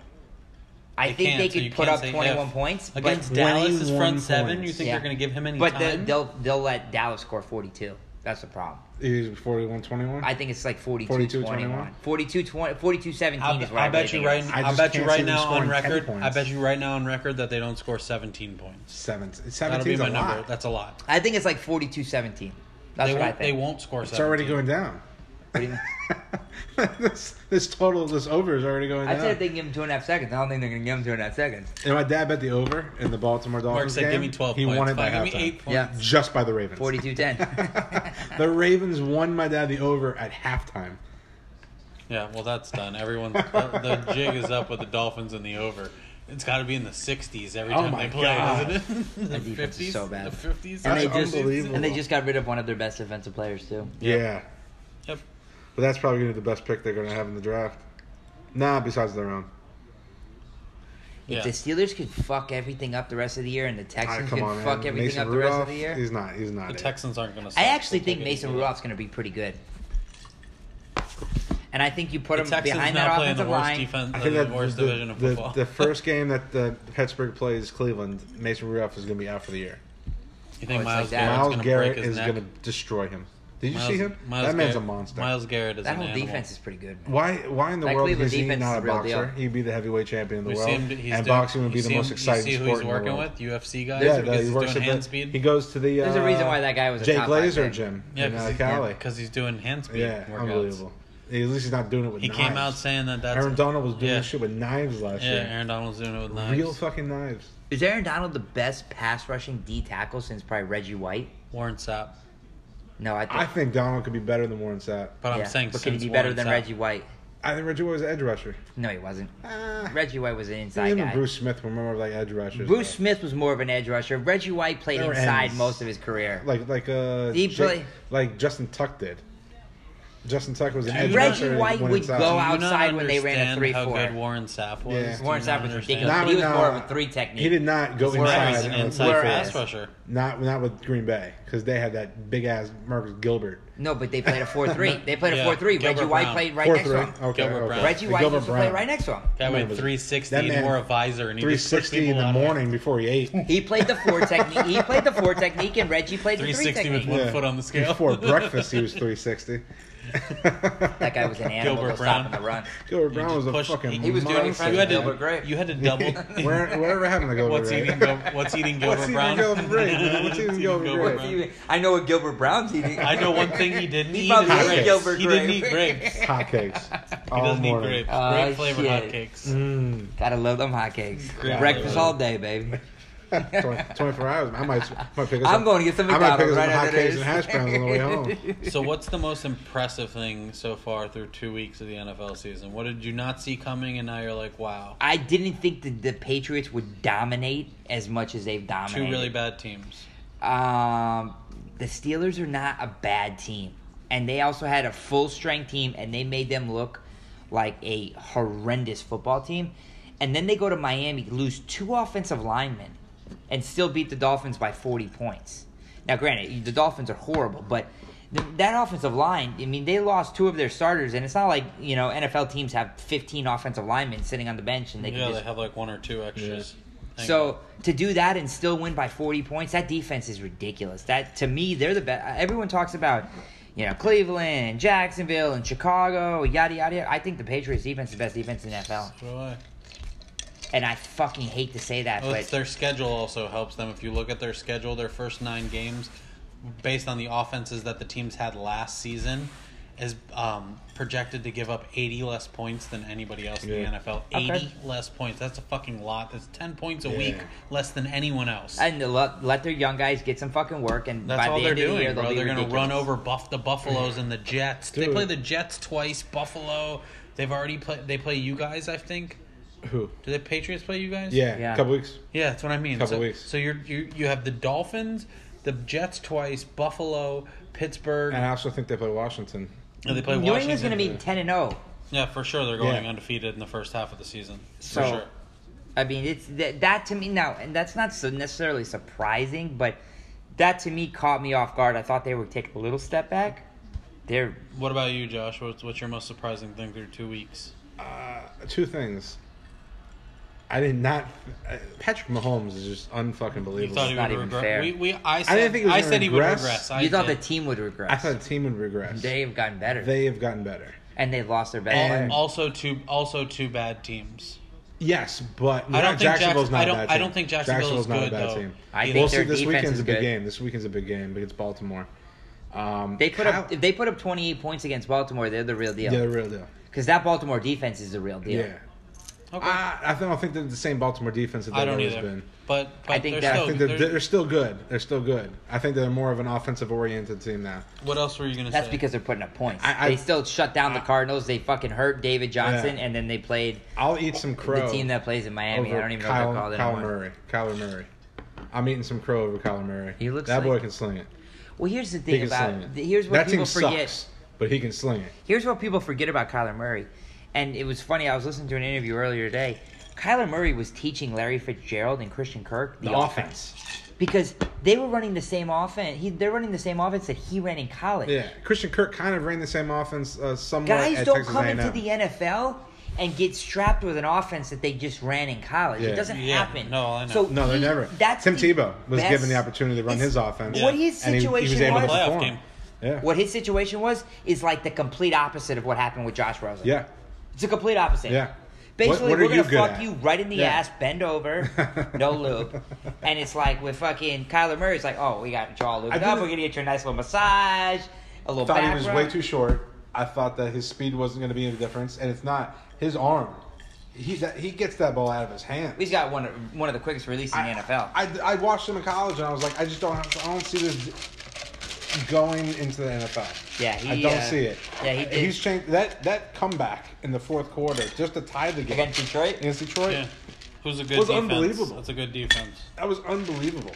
S4: I think
S6: can't,
S4: they
S6: so
S4: could
S6: you
S4: put
S6: can't
S4: up
S6: say
S4: 21
S6: if.
S4: points. but-
S6: against Dallas's
S5: 21
S6: front seven. You
S5: points.
S6: think
S4: Yeah.
S6: they're going to give him any
S4: But the,
S6: time?
S4: they'll they'll let Dallas score 42. That's the problem.
S5: He's 41, 21.
S4: I think it's like 42,
S5: 42,
S4: 21.
S5: 21.
S4: 42, 20, 42 17
S6: I'll,
S4: is where I,
S6: I bet you right.
S5: I
S6: I,
S5: just
S6: bet you
S5: can't see
S6: right
S5: them
S6: now on
S5: scoring 10
S6: record. I
S5: points.
S6: bet you right now on record that they don't score 17 points.
S5: seven.
S6: That'll be
S5: 17's a
S6: my
S5: lot.
S6: number. That's a lot.
S4: I think it's like 42 17. That's
S6: they,
S4: what I
S6: won't, they
S4: think.
S6: won't score.
S5: it's already
S6: 17.
S5: going down.
S4: What do you mean?
S5: this this total, this over is already going
S4: I
S5: down.
S4: said if they can give him two and a half seconds. I don't think they're going to give him two and a half seconds.
S5: and my dad bet the over in the Baltimore Dolphins
S6: Mark said,
S5: game.
S6: "Give me 12
S5: He
S6: points.
S5: won it by
S6: Fine, give me
S5: halftime.
S6: eight points.
S4: Yeah.
S5: Just by the Ravens.
S4: 42 10.
S5: the Ravens won my dad the over at halftime.
S6: Yeah, well, that's done. Everyone, the, the jig is up with the Dolphins in the over. It's got to be in the 60s every
S5: Oh
S6: time
S5: my
S6: they play,
S5: God.
S6: isn't it? the
S4: defense is so bad.
S6: The 50s.
S4: And they
S5: That's
S4: just
S5: unbelievable.
S4: and they just got rid of one of their best defensive players too.
S5: Yeah.
S6: Yep.
S5: But that's probably going to be the best pick they're going to have in the draft. Nah, besides their own.
S6: Yeah.
S4: If the Steelers could fuck everything up the rest of the year, and the
S5: Ah,
S4: Texans
S5: come
S4: could
S5: on,
S4: fuck
S5: man.
S4: everything
S5: Mason
S4: up the
S5: Rudolph,
S4: rest of the year,
S5: He's not. He's not.
S6: The
S5: it.
S6: Texans aren't going to.
S4: I actually think Mason Rudolph's going to be pretty good. And I think you put
S6: The
S4: him
S6: Texans
S4: behind
S6: now
S4: that
S6: playing the
S4: offensive
S6: worst
S4: line.
S6: defense,
S5: I
S6: the,
S5: think that
S6: worst
S5: the,
S6: division of
S5: the,
S6: football.
S5: the first game that the Pittsburgh plays Cleveland, Mason Rudolph is going to be out for the year.
S6: you think
S4: it's
S6: Miles
S4: like that.
S6: Garrett's
S5: Miles
S6: going to break
S5: Garrett
S6: his
S5: is
S6: neck?
S5: going to destroy him. Did you see him?
S6: Miles
S5: that man's
S6: Garrett-
S5: a monster.
S6: Miles Garrett is
S4: That
S6: an
S4: whole
S6: animal.
S4: defense is pretty good. Man.
S5: Why? Why in the
S4: That
S5: world
S4: Cleveland
S5: is he
S4: defense is
S5: not
S4: the
S5: a
S4: real
S5: boxer?
S4: deal.
S5: He'd be the heavyweight champion in the
S6: We
S5: world,
S6: see him, he's
S5: and
S6: doing-
S5: boxing would
S6: you
S5: be the
S6: see
S5: most
S6: him-
S5: exciting
S6: you see who
S5: sport
S6: he's
S5: in the
S6: working
S5: world.
S6: with? UFC guys.
S5: Yeah,
S6: because
S5: he
S6: he's
S5: works
S6: doing
S5: at
S6: hand
S5: the,
S6: speed.
S5: He goes to the. Uh,
S4: There's a reason why that guy was a
S5: Jake
S4: top five
S5: Laser
S4: pick.
S5: gym.
S6: yeah,
S5: in, uh,
S6: because
S5: Cali.
S6: he's doing hand speed.
S5: Yeah,
S6: workouts.
S5: unbelievable. At least he's not doing it with.
S6: He
S5: knives.
S6: came out saying that that's
S5: Aaron Donald was doing
S6: yeah.
S5: shit with knives last
S6: Yeah,
S5: year.
S6: Aaron Donald's doing it with knives.
S5: Real fucking knives.
S4: Is Aaron Donald the best pass rushing D tackle since probably Reggie White?
S6: Warren Sapp.
S4: No, I think.
S5: I think Donald could be better than Warren Sapp.
S6: But
S4: yeah.
S6: I'm saying
S4: but could
S6: since
S4: he be better
S6: Warren
S4: than
S6: Sapp.
S4: Reggie White?
S5: I think Reggie White was an edge rusher.
S4: No, he wasn't.
S5: Ah,
S4: Reggie White was an inside
S5: him and
S4: guy.
S5: Bruce Smith were more like edge rushers.
S4: Bruce
S5: though.
S4: Smith was more of an edge rusher. Reggie White played
S5: They were
S4: inside
S5: ends.
S4: most of his career.
S5: like like uh,
S4: He
S5: Jake-
S4: play-
S5: like Justin Tuck did. Justin Tucker was an
S6: Dude,
S5: edge
S4: Reggie
S5: rusher
S4: White
S5: when
S4: would
S5: it's out.
S4: go
S6: Do you
S4: out-
S6: not
S4: outside when they ran a
S6: understand How
S4: 3-4.
S6: good Warren Sapp was.
S5: Yeah.
S6: Do you
S4: Warren
S6: not
S4: Sapp was
S6: understand?
S4: ridiculous.
S5: Not
S4: but he was
S5: with,
S4: more
S5: uh,
S4: of a three technique.
S5: He did not go
S6: Warren Sapp was
S5: inside.
S6: an
S5: on the
S6: inside
S5: play
S6: pass
S5: fake.
S6: rusher.
S5: Not not with Green Bay because they had that big ass Marcus Gilbert.
S4: No, but they played a four three. They played
S6: Yeah,
S4: a four three.
S6: Gilbert
S4: Reggie White
S6: Brown.
S4: played right
S5: Four
S4: next
S5: three.
S4: to him.
S5: Okay,
S6: Gilbert
S5: okay.
S6: Brown.
S4: Reggie
S5: The
S4: White
S5: Gilbert
S4: used to play
S5: Brown.
S4: right next to him.
S6: That
S5: Man
S6: went
S5: was-
S6: 360
S5: that
S6: and
S5: man-
S6: wore a visor and he
S5: Three
S6: just pushed
S5: sixty in
S6: people
S5: the
S6: out of it.
S5: morning before he ate.
S4: He played the four technique. He played the four technique, and Reggie played the three
S6: 360 with
S4: technique.
S6: one foot on the scale.
S5: Before breakfast, he was three sixty.
S4: That guy was an animal
S6: Gilbert
S4: to stop
S6: Brown.
S4: in the run.
S5: Gilbert Brown
S6: just
S5: was a
S6: pushed-
S5: fucking.
S6: he
S4: was doing it
S5: monster.
S4: for
S6: You had
S4: Gilbert
S6: to,
S4: Gray.
S6: you had to double.
S5: Where, whatever happened to Gilbert?
S6: what's
S5: Brown?
S6: eating? Gil- What's eating Gilbert
S5: What's eating
S6: Brown?
S5: Gilbert Brown, man? What's eating Gilbert Brown?
S6: Brown?
S4: He- I know what Gilbert Brown's eating.
S6: I know one thing he didn't
S4: He
S6: eat.
S4: probably
S6: is
S4: ate
S6: grapes.
S4: Gilbert
S6: He didn't
S4: Grape.
S6: eat grapes. He
S5: hotcakes. all
S6: doesn't eat
S5: morning. Hmm.
S6: grapes.
S4: Oh,
S6: Grape flavored
S4: shit.
S6: hotcakes.
S4: Gotta love them hotcakes.
S6: Great.
S4: Breakfast all day, baby.
S5: 20, 24 hours. I might, I might pick us
S4: I'm
S5: up-
S4: going to get some
S5: I might pick us up
S4: McDonald's right
S5: hot
S4: after
S5: cakes
S4: this.
S5: and hash browns on the way home.
S6: So, what's the most impressive thing so far through two weeks of the NFL season? What did you not see coming, and now you're like, wow,
S4: I didn't think that the Patriots would dominate as much as they've dominated.
S6: two really bad teams.
S4: Um, the Steelers are not a bad team, and they also had a full strength team, and they made them look like a horrendous football team. And then they go to Miami, lose two offensive linemen, and still beat the Dolphins by forty points. Now, granted, the Dolphins are horrible, but th- that offensive line, I mean, they lost two of their starters, and it's not like, you know, NFL teams have 15 offensive linemen sitting on the bench and they can
S6: Yeah,
S4: just
S6: they have like one or two extras. Thank
S4: so to do that and still win by 40 points, that defense is ridiculous. That to me, they're the best. Everyone talks about, you know, Cleveland and Jacksonville and Chicago, yada yada. yada. I think the Patriots defense is the best defense in the NFL,
S6: God. So do I.
S4: and I fucking hate to say that,
S6: Oh, it's
S4: but
S6: their schedule also helps them. If you look at their schedule, their first nine games, based on the offenses that the teams had last season, is um, projected to give up 80 less points than anybody else in the NFL. 80
S4: Okay.
S6: less points. That's a fucking lot. That's 10 points a
S5: Yeah.
S6: week less than anyone else.
S4: and let, let their young guys get some fucking work, and
S6: That's
S4: by
S6: all
S4: the
S6: they're
S4: end of the
S6: doing,
S4: year, they'll
S6: bro.
S4: be
S6: They're going to
S4: ridiculous.
S6: run over buff the Buffaloes and the Jets. They
S5: Dude.
S6: play the Jets twice. Buffalo. They've already played. They play you guys, I think.
S5: Who?
S6: Do the Patriots play you guys?
S5: Yeah,
S4: Yeah.
S5: couple weeks.
S6: Yeah, that's what I mean.
S5: Couple
S6: so,
S5: weeks.
S6: So you're, you you have the Dolphins, the Jets twice, Buffalo, Pittsburgh.
S5: And I also think they play Washington.
S6: and they play
S4: New
S6: Washington.
S4: England's going to be 10 and oh. 0.
S6: yeah, for sure they're going
S5: Yeah.
S6: undefeated in the first half of the season.
S4: So-
S6: for sure.
S4: I mean, it's that, that to me now, and that's not so necessarily surprising, but that to me caught me off guard. I thought they would take a little step back. They're
S6: What about you, Josh? What's, what's your most surprising thing through two weeks?
S5: Two things. I did not. Uh, Patrick Mahomes is just unfucking
S6: You thought
S5: believable.
S6: he
S4: not
S6: would
S4: even
S6: regret?
S4: fair.
S6: We, we, I, said,
S5: didn't think he was
S6: I
S5: gonna
S6: said he would
S5: regress.
S6: regress. I
S4: You thought the
S6: did.
S4: team would regress.
S5: I thought the team would regress. They,
S4: They've gotten better,
S5: have gotten better.
S4: and they lost their best.
S6: Al-
S4: player.
S6: also two also two bad teams.
S5: Yes, but
S6: I don't think
S5: Jacksonville's
S6: Jacks-
S5: not
S6: I don't-
S5: a bad
S6: I
S5: team.
S6: don't think Jacksonville's
S5: not
S6: good,
S5: a bad
S6: though.
S5: team.
S4: I think
S5: we'll see.
S4: their
S5: This
S4: defense
S5: weekend's
S4: is
S5: a big
S4: good.
S5: game. This weekend's a big game against Baltimore. Um,
S4: They put
S5: Kyle-
S4: up if they put up 28 points against Baltimore. They're the real deal.
S5: Yeah, the real deal.
S4: Because that Baltimore defense is the real deal.
S5: Yeah. I, I don't think they're the same Baltimore defense that
S6: I
S5: they've
S6: don't
S5: always
S6: either.
S5: been.
S6: But, but
S4: I think
S6: they're
S4: that- I
S6: still,
S5: I think they're,
S6: they're-
S5: they're still good. They're still good. I think they're more of an offensive oriented team now.
S6: what else were you going to say?
S4: That's because they're putting up points.
S5: I- I-
S4: they still shut down the Cardinals. They fucking hurt David Johnson,
S5: Yeah.
S4: and then they played
S5: I'll eat some crow.
S4: the team that plays in Miami. I don't even know
S5: Kyle,
S4: what they're called
S5: Kyler
S4: anymore.
S5: Murray. Kyler Murray. I'm eating some crow over Kyler Murray.
S4: He looks
S5: that
S4: like-
S5: boy can sling it.
S4: Well, here's the
S5: He
S4: thing
S5: can sling
S4: about
S5: it.
S4: th- here's what
S5: that
S4: people
S5: team
S4: forget.
S5: sucks, but he can sling it.
S4: Here's what people forget about Kyler Murray. And it was funny, I was listening to an interview earlier today. Kyler Murray was teaching Larry Fitzgerald and Christian Kirk the, offense. because they were running the same offense. He, they're running the same offense that he ran in college.
S5: Yeah, Christian Kirk kind of ran the same offense uh, somewhat.
S4: Guys
S5: at
S4: don't
S5: Texas
S4: come
S5: A&M.
S4: into the NFL and get strapped with an offense that they just ran in college.
S5: Yeah.
S4: It doesn't
S6: Yeah,
S4: happen.
S6: no, I know.
S4: So
S5: No, they
S4: he-
S5: never.
S4: That's
S5: Tim
S4: the
S5: Tebow was
S4: best-
S5: given the opportunity to run
S4: it's-
S5: his offense.
S4: What his
S5: and he- he was
S4: situation
S5: able to
S4: was-
S6: Playoff
S5: perform.
S6: game.
S5: Yeah.
S4: What his situation was is like the complete opposite of what happened with Josh Rosen.
S5: Yeah.
S4: It's a complete opposite.
S5: Yeah.
S4: Basically,
S5: What- what are
S4: we're
S5: you
S4: gonna
S5: good
S4: fuck
S5: at?
S4: you right in the
S5: Yeah.
S4: ass, bend over, no lube, and it's like with fucking Kyler Murray. It's like, oh, we got you all lubed
S5: I
S4: up.
S5: didn't-
S4: We're gonna get you a nice little massage, a little.
S5: I thought
S4: back
S5: he was
S4: rub.
S5: way too short. I thought that his speed wasn't going to be any difference, and it's not. His arm, he that, he gets that ball out of his hand.
S4: He's got one of, one of the quickest releases in the NFL.
S5: I, I watched him in college, and I was like, I just don't have, I don't see this going into the NFL.
S4: Yeah, he,
S5: I don't
S4: uh,
S5: see it.
S4: yeah, he did.
S5: He's changed that that comeback in the fourth quarter just to tie the game
S4: Against Detroit?
S5: Against Detroit,
S6: Yeah. Who's a good
S5: Was
S6: defense?
S5: unbelievable.
S6: That's a good defense.
S5: that was unbelievable.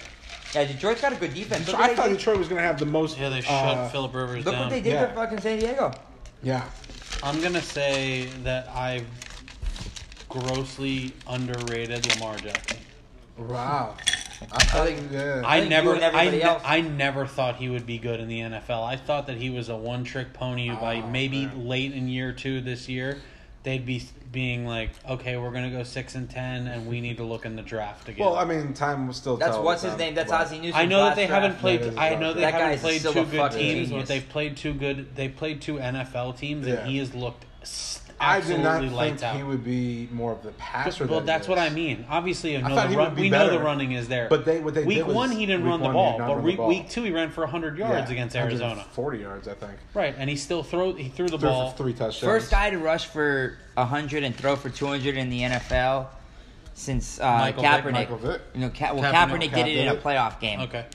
S4: yeah, Detroit's got a good defense.
S5: So
S4: Look
S5: I
S4: what they
S5: thought
S4: did,
S5: Detroit was going to have the most.
S6: Yeah, they shut
S5: uh,
S6: Philip Rivers
S4: look
S6: down.
S4: what they did
S5: Yeah.
S4: to fucking San Diego.
S5: Yeah.
S6: I'm gonna say that I've grossly underrated Lamar Jackson.
S5: Wow. I thought you did.
S6: I
S4: think you
S6: never,
S4: and
S6: I,
S4: everybody
S6: ne-
S4: else.
S6: I never thought he would be good in the NFL. I thought that he was a one-trick pony. by
S5: Oh,
S6: maybe
S5: man.
S6: late in year two this year, they'd be being like, "Okay, we're gonna go six and ten, and we need to look in the draft again."
S5: well, I mean, time will still.
S4: That's
S5: tell
S4: what's
S5: with
S4: his
S5: them,
S4: name. That's
S5: but-
S4: Ozzie Newsome.
S6: I know that they haven't played.
S5: That is
S6: I
S5: rough
S6: know they
S4: draft. That
S6: haven't
S4: guy's
S6: played
S4: still
S6: two
S4: a
S6: good
S4: fucking
S6: teams, but
S4: genius.
S6: they've played two good. They played two NFL teams,
S5: Yeah.
S6: and he has looked s-
S5: I did
S6: absolutely
S5: not
S6: lights
S5: think
S6: out.
S5: he would be more of the passer.
S6: well,
S5: that he
S6: that's
S5: is.
S6: what I mean. Obviously, I know
S5: thought
S6: the
S5: he
S6: run-
S5: would be
S6: we know the
S5: better.
S6: running is there.
S5: But they- what they
S6: week
S5: did was-
S6: one, he didn't
S5: week
S6: run the
S5: one, he
S6: ball.
S5: did not
S6: But
S5: run the
S6: re-
S5: ball.
S6: week two, he ran for 100 yards against Arizona.
S5: Forty yards, I think.
S6: Right, and he still threw. He threw the
S5: Threw
S6: ball.
S5: for three touchdowns.
S4: First guy to rush for 100 and throw for 200 in the NFL since uh,
S6: Michael Vick,
S4: Kaepernick.
S5: Michael Vick.
S4: You know, Ka- well,
S6: Kaepernick.
S4: Kaepernick, did it in a
S5: Kaepernick.
S4: playoff game
S6: Okay,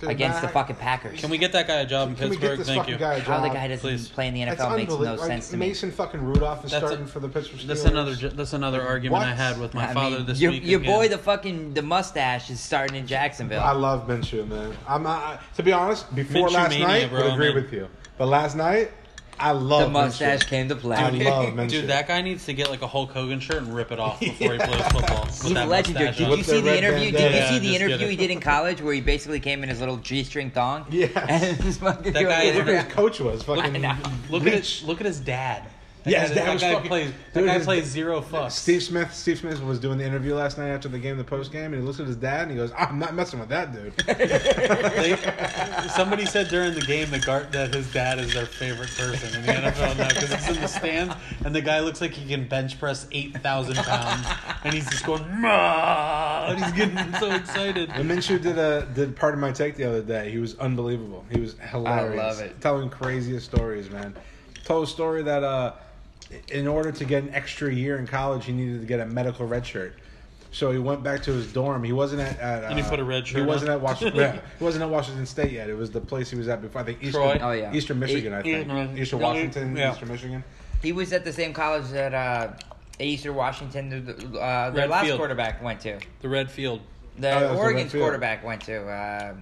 S5: They're
S4: against the
S5: back.
S4: fucking Packers.
S6: can we get that guy a job in
S5: Can we get
S6: Pittsburgh?
S5: this
S6: Thank
S5: fucking
S6: you.
S5: guy a
S4: How the
S5: job?
S4: guy doesn't
S6: please.
S4: play in the
S5: That's
S4: NFL makes no
S5: unbelievable.
S4: sense to me.
S5: Mason fucking Rudolph is
S6: That's a-
S5: starting for the Pittsburgh Steelers.
S6: That's another. ju- That's another argument I
S5: What?
S6: had with my
S4: I
S6: father
S4: mean,
S6: this
S4: your,
S6: week.
S4: your
S6: again.
S4: boy, the fucking the mustache, is starting in Jacksonville.
S5: I love Minshew, man. I'm I, to be honest. Before
S6: Minshew
S5: last
S6: mania,
S5: night,
S6: bro,
S5: would agree
S6: man.
S5: with you. But last night, I love
S4: the mustache
S5: Minshew.
S4: came to play.
S5: I love Minshew.
S6: Dude, that guy needs to get like a Hulk Hogan shirt and rip it off before he plays football. with
S4: He's
S6: that
S4: legendary.
S6: mustache
S4: Did
S6: on.
S4: you
S5: With the
S4: see the
S5: red
S4: interview? Did
S5: bandana.
S4: you see
S6: Yeah,
S4: the
S6: just
S4: interview
S6: kidding.
S4: he did in college where he basically came in his little g-string thong?
S5: Yes.
S4: And just fucking
S6: That guy is
S5: Look at his coach was fucking.
S4: know.
S6: Look at his, look at his dad. That
S5: Yeah,
S6: guy,
S5: his dad
S6: that
S5: was
S6: guy
S5: fucking-
S6: plays. That
S5: Dude,
S6: guy
S5: his-
S6: plays zero fucks.
S5: Steve Smith. Steve Smith was doing the interview last night after the game, the post game, and he looks at his dad and he goes, "I'm not messing with that dude."
S6: They, somebody said during the game that Gar- that his dad is their favorite person in the NFL now because he's in the stands and the guy looks like he can bench press eight thousand pounds and he's just going "Mah," and he's getting so excited.
S5: But Minshew did a did part of my take the other day. He was unbelievable. He was hilarious.
S4: love it.
S5: Telling craziest stories, man. Told a story that uh, in order to get an extra year in college, he needed to get a medical red shirt. So he went back to his dorm. He wasn't at. at uh,
S6: And he put a red
S5: He
S6: shirt
S5: wasn't
S6: on.
S5: at Washington. yeah, he wasn't at Washington State yet. It was the place he was at before. I think Eastern.
S6: Troy.
S4: Oh, yeah.
S5: Eastern Michigan, I think.
S6: Eastern-
S5: Eastern Washington,
S6: Yeah.
S5: Eastern Miastern Michigan.
S4: He was at the same college that uh, Eastern Washington, the- uh, their
S6: Red
S4: last
S6: Field.
S4: quarterback went to.
S6: The red field.
S4: The
S5: Oh, that was the
S4: Oregon's
S5: Red Field.
S4: quarterback went to. Uh,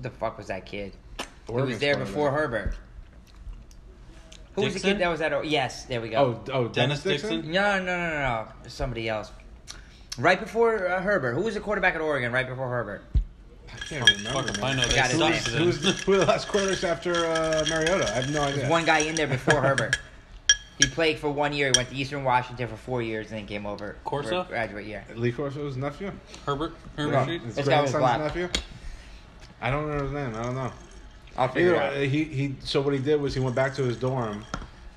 S4: the fuck was that kid? Who was
S5: Oregon's
S4: there before Herbert? Who was the
S6: Dixon?
S4: kid that was at? O- Yes, there we go.
S5: Oh, oh, Dennis
S6: Dennis
S5: Dixon.
S6: Dixon?
S4: No, no, no, no, no. Somebody else. Right before uh, Herbert, who was the quarterback at Oregon? Right before Herbert,
S5: I can't remember.
S6: Fuck if I
S5: man.
S6: know
S4: Got
S6: that
S4: his
S6: sucks.
S4: name.
S5: Who was the, who were the last quarterbacks after uh, Mariota? I have no idea.
S4: one guy in there before Herbert. He played for one year. He went to Eastern Washington for four years, and then came over.
S6: Corso?
S4: for graduate year.
S5: Lee Corso's nephew?
S6: Herbert. Herbert
S4: No.
S6: Street?
S5: His
S4: This guy was
S5: grandson's
S4: black.
S5: nephew? I don't remember his name. I don't know.
S4: I'll figure
S5: Either
S4: it out.
S5: way, he, he, so what he did was he went back to his dorm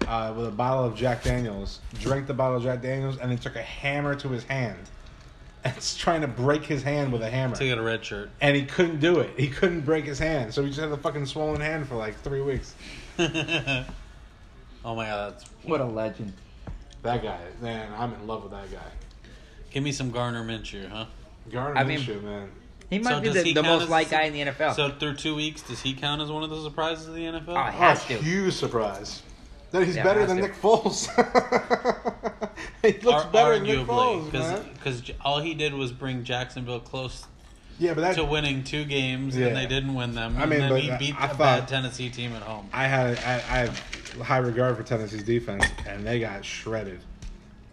S5: uh, with a bottle of Jack Daniels, drank the bottle of Jack Daniels, and then took a hammer to his hand. And it's trying to break his hand with a hammer.
S6: To get a red shirt.
S5: And he couldn't do it. He couldn't break his hand. So he just had a fucking swollen hand for like three weeks.
S6: Oh my god, that's,
S4: What a legend.
S5: That guy, man, I'm in love with that guy.
S6: give me some Garner Minshew, huh?
S5: Garner
S4: I
S5: I
S4: mean-
S5: man.
S4: He might
S6: So
S4: be
S6: does
S4: the,
S6: he
S4: the
S6: count
S4: most
S6: as-
S4: liked guy in the NFL.
S6: So through two weeks, does he count as one of the surprises of the NFL?
S4: oh, he
S5: A
S4: has to.
S5: huge surprise. That he's
S4: Yeah,
S5: better
S4: has
S5: than
S4: to.
S5: Nick Foles. he looks
S6: Ar-
S5: better than Nick Foles,
S6: because
S5: man.
S6: because all he did was bring Jacksonville close
S5: Yeah, but that,
S6: to winning two games,
S5: Yeah.
S6: and they didn't win them.
S5: I
S6: and
S5: mean,
S6: then
S5: but
S6: he beat
S5: I
S6: a
S5: thought-
S6: bad Tennessee team at home.
S5: I had I, I have high regard for Tennessee's defense, and they got shredded.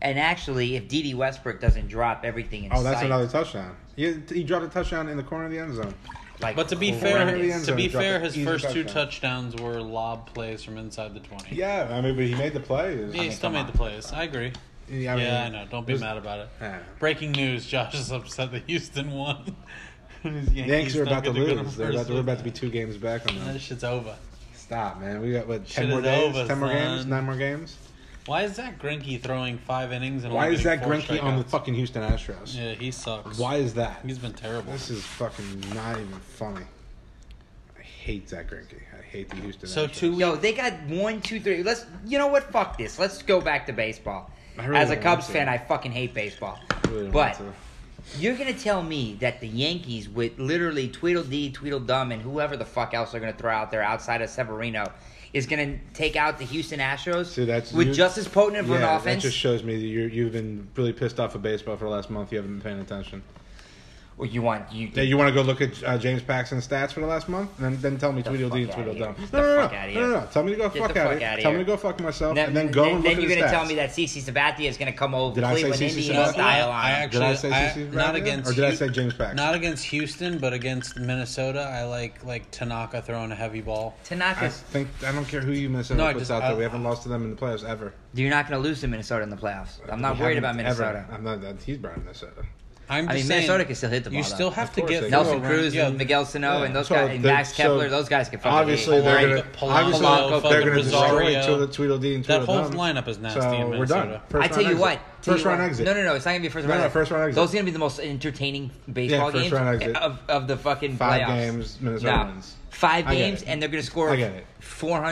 S4: And actually, if D.D. Westbrook doesn't drop everything in
S5: Oh, that's
S4: sight,
S5: another touchdown. He, he dropped a touchdown in the corner of the end zone.
S4: like,
S6: But to be
S5: Corner of the
S6: fair,
S5: end
S6: to
S5: zone,
S6: be
S5: he dropped
S6: fair,
S5: an
S6: his
S5: easy
S6: first two
S5: touchdown.
S6: touchdowns were lob plays from inside the twenty.
S5: Yeah, I mean, but he made the plays.
S6: he still made the plays. I agree.
S5: Yeah, I mean,
S6: yeah, I know. Don't be
S5: there's-
S6: mad about it.
S5: Yeah.
S6: Breaking news: Josh is upset that Houston won. His
S5: The Yankees are
S6: don't
S5: about to
S6: get go
S5: lose. They're about
S6: first
S5: to, we're about to be
S6: week.
S5: two games back on them.
S6: That shit's over.
S5: Stop, man. We got what ten
S6: Shit
S5: more
S6: is
S5: days,
S6: over,
S5: ten more games,
S6: son.
S5: nine more games.
S6: Why is Zach Greinke throwing five innings and
S5: Why
S6: only
S5: is that
S6: getting four
S5: Greinke on the
S6: strikeouts?
S5: fucking Houston Astros?
S6: Yeah, he sucks.
S5: Why is that?
S6: He's been terrible.
S5: This is fucking not even funny. I hate Zach Greinke. I hate the Houston.
S6: So
S5: Astros.
S6: two weeks.
S4: Yo, they got one, two, three. Let's, you know what? Fuck this. Let's go back to baseball.
S5: I really
S4: As a
S5: don't
S4: Cubs
S5: want to.
S4: fan, I fucking hate baseball.
S5: I really don't
S4: but
S5: want
S4: you're gonna tell me that the Yankees, with literally Tweedledee, Tweedledum, and whoever the fuck else are gonna throw out there outside of Severino, is gonna take out the Houston Astros
S5: See, that's-
S4: with
S5: you-
S4: just as potent of
S5: yeah,
S4: an offense?
S5: that just shows me that you're, you've been really pissed off at baseball for the last month. You haven't been paying attention.
S4: Or you want you?
S5: Yeah, you want to go look at uh, James Paxton's stats for the last month, and then, then tell me
S4: The
S5: Tweedledee and
S4: fuck outta
S5: Tweedledum.
S4: here.
S5: No,
S4: The
S5: no, no,
S4: fuck outta
S5: no, no,
S4: here.
S5: no. Tell me to go fuck
S4: Get the
S5: out
S4: fuck
S5: of
S4: outta
S5: here. Tell me to
S4: here.
S5: go fuck myself,
S4: Then,
S5: and then go
S4: then,
S5: and
S4: then
S5: look
S4: you're
S5: at
S4: gonna
S5: his
S4: tell
S5: stats.
S4: me that CC Sabathia is gonna come over
S5: Did I say
S4: Cleveland
S5: CeCe
S4: Indian
S5: Sabathia?
S4: style on
S6: I
S4: him.
S6: actually,
S5: I say
S6: I-
S5: CC
S6: not
S5: Sabathia?
S6: against,
S5: Or did I
S6: Hu-
S5: say James Paxton?
S6: Not against Houston, but against Minnesota, I like like Tanaka throwing a heavy ball.
S5: I
S4: Tanaka's.
S5: think I don't care who you Minnesota
S6: No, I
S5: puts
S6: just-
S5: out there. we
S6: I-
S5: haven't lost to them in the playoffs ever.
S4: You're not gonna lose to Minnesota in the playoffs. I'm not
S5: We
S4: worried about
S5: haven't
S4: Minnesota.
S5: Ever. I'm not. that- He's brought Minnesota.
S6: I'm
S4: I
S6: just
S4: mean,
S6: saying,
S4: Minnesota can still hit the
S6: You
S4: ball,
S6: still
S4: though.
S6: have
S5: Of
S6: to
S5: course
S6: get
S5: they
S6: through
S5: can.
S4: Nelson
S6: a
S4: Cruz
S6: round-
S4: and
S6: yeah,
S4: Miguel Sano
S5: Yeah,
S4: and those
S5: so
S4: guys, and
S5: they-
S4: Max Kepler,
S5: so
S4: those guys can fucking
S5: Obviously,
S4: beat.
S5: they're
S6: Polanco-
S5: going to.
S6: Polanco,
S5: Obviously, they're
S6: fucking
S5: going to destroy
S6: Rosario.
S5: Tweedle- Tweedledee and
S6: That
S5: Tweedledum.
S6: whole lineup is nasty
S5: So
S6: in
S5: we're
S6: Minnesota.
S5: done. First
S4: I tell
S5: round
S4: you what,
S5: exit.
S4: tell
S5: First
S4: you
S5: round
S4: what.
S5: exit.
S4: No, no, no. It's not gonna be a first
S5: No,
S4: round.
S5: no, first round exit.
S4: Those are gonna be the most entertaining baseball
S5: Yeah, first
S4: games
S5: round exit.
S4: of of the fucking
S5: Five
S4: playoffs.
S5: games, Minnesota
S4: No.
S5: wins.
S4: Five
S5: I get
S4: games,
S5: it.
S4: and they're gonna score
S5: I get it.